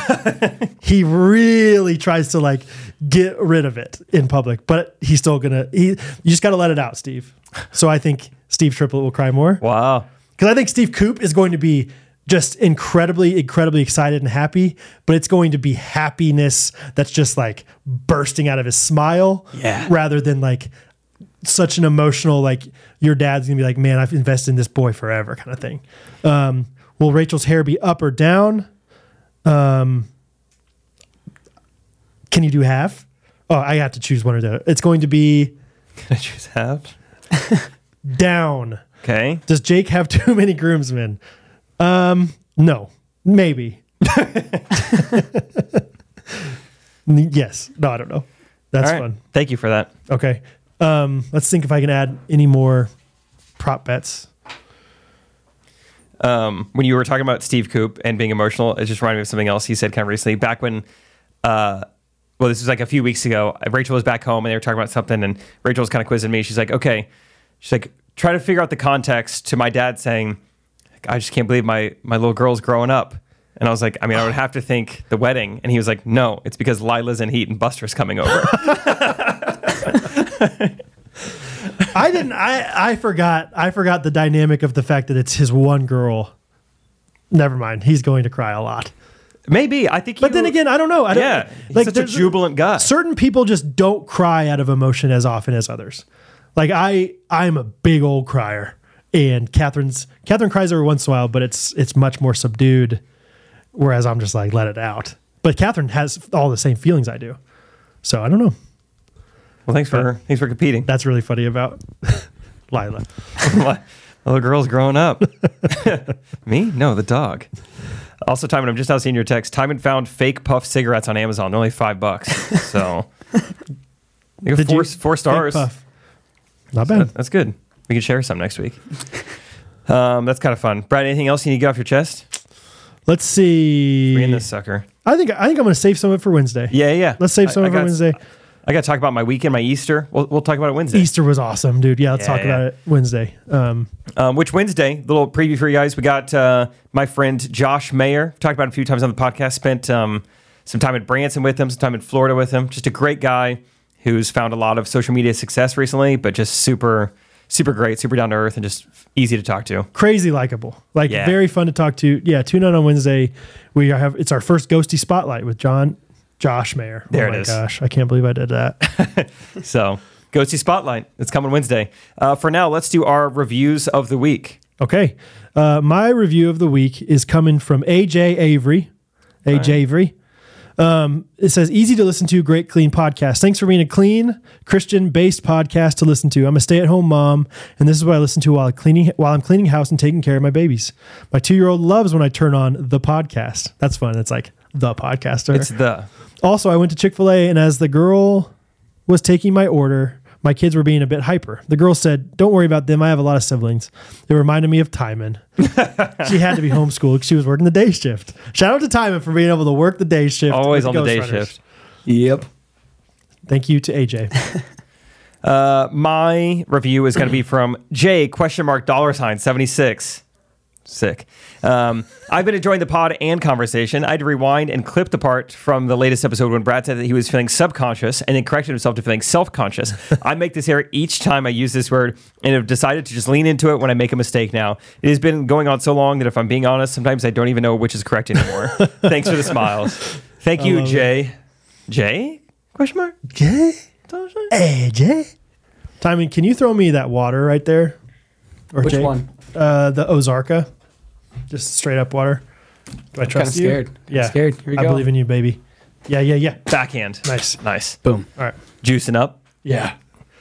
he really tries to like get rid of it in public, but he's still gonna. He you just got to let it out, Steve. So I think Steve Triplet will cry more Wow. because I think Steve Coop is going to be just incredibly, incredibly excited and happy, but it's going to be happiness that's just like bursting out of his smile Yeah. rather than like such an emotional, like your dad's gonna be like, man, I've invested in this boy forever kind of thing. Um, will Rachel's hair be up or down? Um, can you do half? Oh, I have to choose one or the other. It's going to be Can I choose half? down. Okay. Does Jake have too many groomsmen? Um, no, maybe. N- yes. No, I don't know. That's All right. fun. Thank you for that. Okay. Um, let's think if I can add any more prop bets. um, when you were talking about Steve Coop and being emotional, it just reminded me of something else he said kind of recently. Back when, uh, well, this was like a few weeks ago, Rachel was back home and they were talking about something, and Rachel was kind of quizzing me. She's like, okay, she's like, try to figure out the context to my dad saying, I just can't believe my, my little girl's growing up. And I was like, I mean, I would have to think the wedding. And he was like, no, it's because Lila's in heat and Buster's coming over. I didn't. I I forgot. I forgot the dynamic of the fact that it's his one girl. Never mind. He's going to cry a lot. Maybe I think. But then again, I don't know. I don't, yeah, he's such a there's jubilant guy. Certain people just don't cry out of emotion as often as others. Like I, I'm a big old crier, and Catherine's Catherine cries every once in a while, but it's it's much more subdued. Whereas I'm just like let it out. But Catherine has all the same feelings I do. So I don't know. well, thanks for thanks for competing. That's really funny about Lila. My little Oh, girl's growing up. Me? No, the dog. Also, Timon, I'm just now seeing your text. Timon found fake puff cigarettes on Amazon. They're only five bucks. So you got Did four, you- four stars. Big puff. Not bad. That's good. We can share some next week. Um, that's kind of fun. Brad, anything else you need to get off your chest? Let's see. Bring in this sucker. I think I think I'm going to save some of it for Wednesday. Yeah, yeah. Let's save I- some I of it for got- Wednesday. I got to talk about my weekend, my Easter. We'll, we'll talk about it Wednesday. Easter was awesome, dude. Yeah, let's Yeah, talk yeah. about it Wednesday. Um, Um, which Wednesday, little preview for you guys. We got uh, my friend Josh Mayer, talked about him a few times on the podcast, spent um, some time in Branson with him, some time in Florida with him. Just a great guy who's found a lot of social media success recently, but just super, super great, super down to earth, and just easy to talk to. crazy likable, like Yeah. very fun to talk to. Yeah, tune in on Wednesday. We have it's our first ghosty spotlight with John Josh Mayer. There oh it my is. Gosh, I can't believe I did that. So go see Spotlight. It's coming Wednesday. Uh, for now, let's do our reviews of the week. Okay. Uh, my review of the week is coming from AJ Avery. AJ Avery. Um, it says, easy to listen to, great, clean podcast. Thanks for being a clean, Christian based podcast to listen to. I'm a stay at home mom, and this is what I listen to while, cleaning, while I'm cleaning house and taking care of my babies. My two year old loves when I turn on the podcast. That's fun. It's like the podcaster. It's the Also, I went to Chick fil A, and as the girl was taking my order, my kids were being a bit hyper. The girl said, Don't worry about them. I have a lot of siblings. It reminded me of Timon. she had to be homeschooled because she was working the day shift. Shout out to Timon for being able to work the day shift. always with on the Ghost day Runners. shift. Yep. Thank you to AJ. Uh, my review is going to be from J question mark dollar sign 76. Sick. Um, I've been enjoying the pod and conversation. I had to rewind and clip the part from the latest episode when Brad said that he was feeling subconscious and then corrected himself to feeling self conscious. I make this error each time I use this word and have decided to just lean into it when I make a mistake now. It has been going on so long that if I'm being honest, sometimes I don't even know which is correct anymore. Thanks for the smiles. Thank you, Jay. Jay? Question mark? Jay? Dollar sign? AJ? Timon, can you throw me that water right there? Or Which one? Uh, the Ozarka. Just straight up water. Do I trust you? scared. Kinda Yeah. scared. Here we I go. believe in you, baby. Yeah, yeah, yeah. Backhand. Nice. Nice. Boom. All right. juicing up Yeah.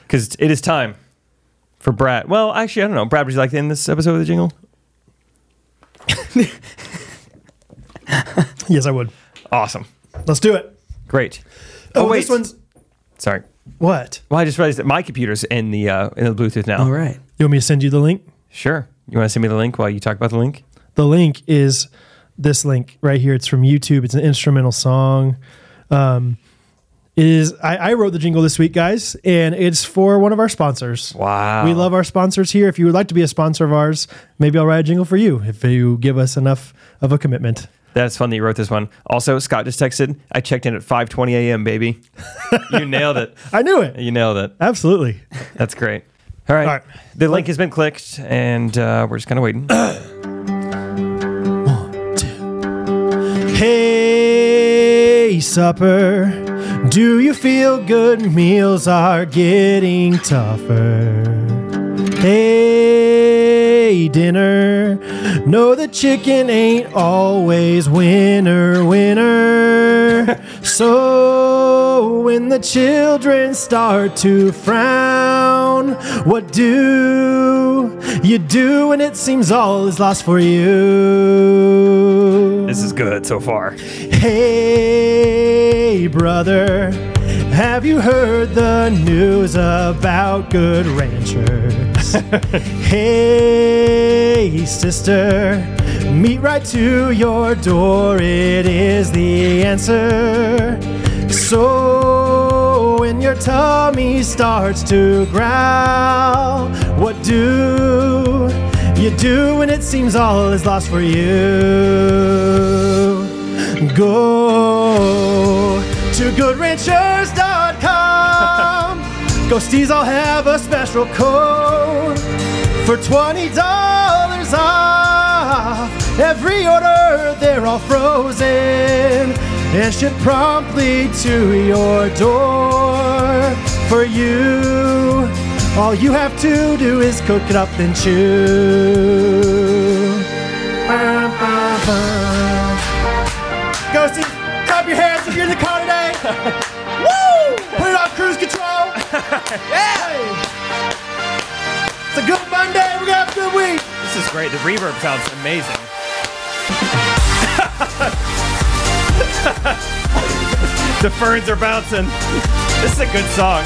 because it is time for Brad. Well, actually, I don't know. Brad, would you like to end this episode with a jingle? Yes, I would. Awesome. Let's do it. Great. Oh, wait. this one's Sorry. what? Well, I just realized that my computer's in the uh, in the Bluetooth now. All right. You want me to send you the link? Sure. You want to send me the link while you talk about the link? The link is this link right here. It's from YouTube. It's an instrumental song. Um, it is I, I wrote the jingle this week, guys, and it's for one of our sponsors. Wow. We love our sponsors here. If you would like to be a sponsor of ours, maybe I'll write a jingle for you if you give us enough of a commitment. That's fun that you wrote this one. Also, Scott just texted. I checked in at 5:20 a.m. Baby, you nailed it. I knew it. You nailed it. Absolutely. That's great. All right. All right. The link has been clicked, and uh, we're just kind of waiting. Hey, supper, do you feel good? Meals are getting tougher. Hey, dinner, know the chicken ain't always winner, winner. so when the children start to frown, what do you do when it seems all is lost for you? this is good so far. Hey, brother, have you heard the news about good ranchers? hey, sister, meet right to your door, it is the answer. So, when your tummy starts to growl, what do you do when it seems all is lost for you? Go to goodranchers.com. Ghosties all have a special code for $20 off every order. They're all frozen and shipped promptly to your door for you. All you have to do is cook it up and chew. Bum, bum, bum. Ghosties, clap your hands if you're in the car today. Woo! Put it on cruise control. yeah! It's a good Monday. We're going to have a good week. This is great. The reverb sounds amazing. the ferns are bouncing. This is a good song.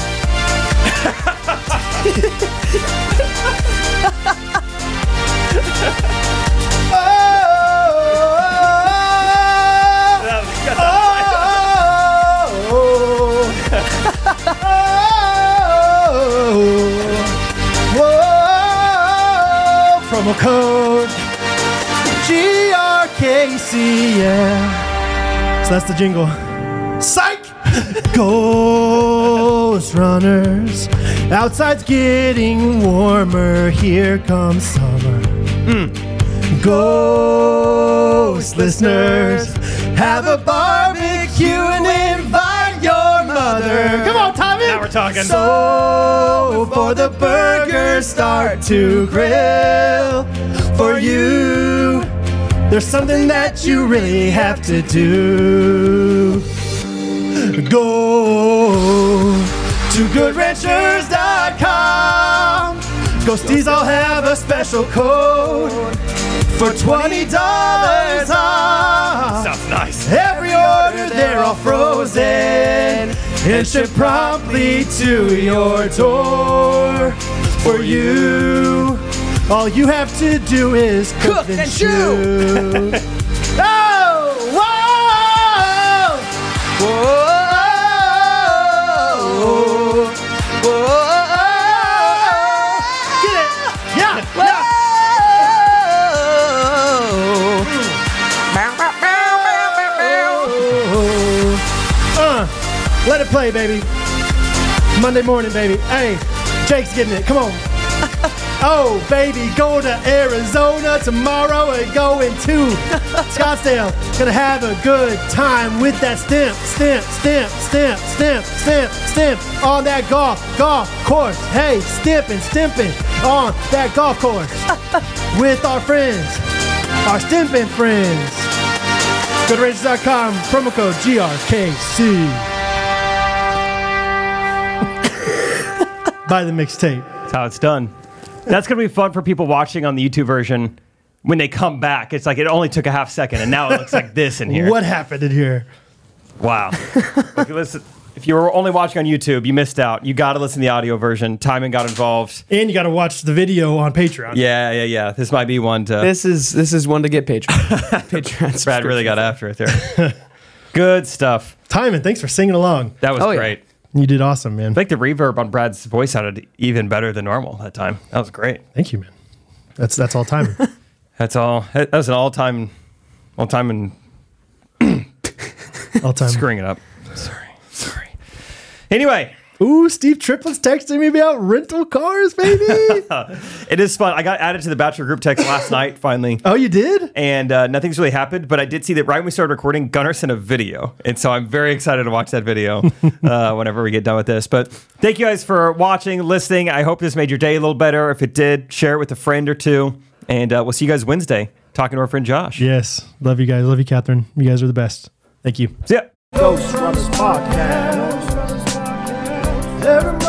Oh, That was- that's oh, oh, oh. Whoa. Promo code GRKC, yeah. So that's the jingle. Psych! Ghost runners. Outside's getting warmer. Here comes summer. Ghost listeners, have a barbecue and invite your mother. Come on, Tommy! Now we're talking. So before the burgers start to grill for you, there's something that you really have to do. Go to goodranchers.com. Ghosties all have a special code for $20 off. Sounds nice. Every order they're all frozen and shipped promptly to your door for you. All you have to do is cook, and chew. oh, whoa, whoa, whoa. Get it? Yeah, yeah. Uh, let it play, baby. Monday morning, baby. Hey, Jake's getting it. Come on. oh, baby, go to Arizona tomorrow and going to Scottsdale. Gonna have a good time with that stamp, stamp, stamp, stamp, stamp, stamp, stamp on that golf, golf course. Hey, stimping, stimping on that golf course with our friends, our stimping friends. GoodRanges.com, promo code GRKC. Buy the mixtape. That's how it's done. That's gonna be fun for people watching on the YouTube version. When they come back, it's like it only took a half second, and now it looks like this in here. What happened in here? Wow. if, you listen, if you were only watching on YouTube, you missed out. You got to listen to the audio version. Timing got involved. And you got to watch the video on Patreon. Yeah, yeah, yeah. This might be one to. This is this is one to get Patreon. Patreon. Brad really got after it there. Good stuff. Timon, thanks for singing along. That was Oh, yeah. great. You did awesome, man. I think the reverb on Brad's voice sounded even better than normal that time. That was great. Thank you, man. That's that's all Timon. That's all. That that was an all time, all time and All time. screwing it up. Sorry, sorry. Anyway, Ooh, Steve Triplett's texting me about rental cars, baby. it is fun. I got added to the Bachelor group text last night finally. oh, you did? and uh, nothing's really happened. But I did see that right when we started recording, Gunnar sent a video, and so I'm very excited to watch that video uh, whenever we get done with this. But thank you guys for watching, listening. I hope this made your day a little better. If it did, share it with a friend or two, and uh, we'll see you guys Wednesday talking to our friend Josh. Yes. Love you guys. Love you, Catherine. You guys are the best. Thank you. See ya. Ghost Runners Podcast. Every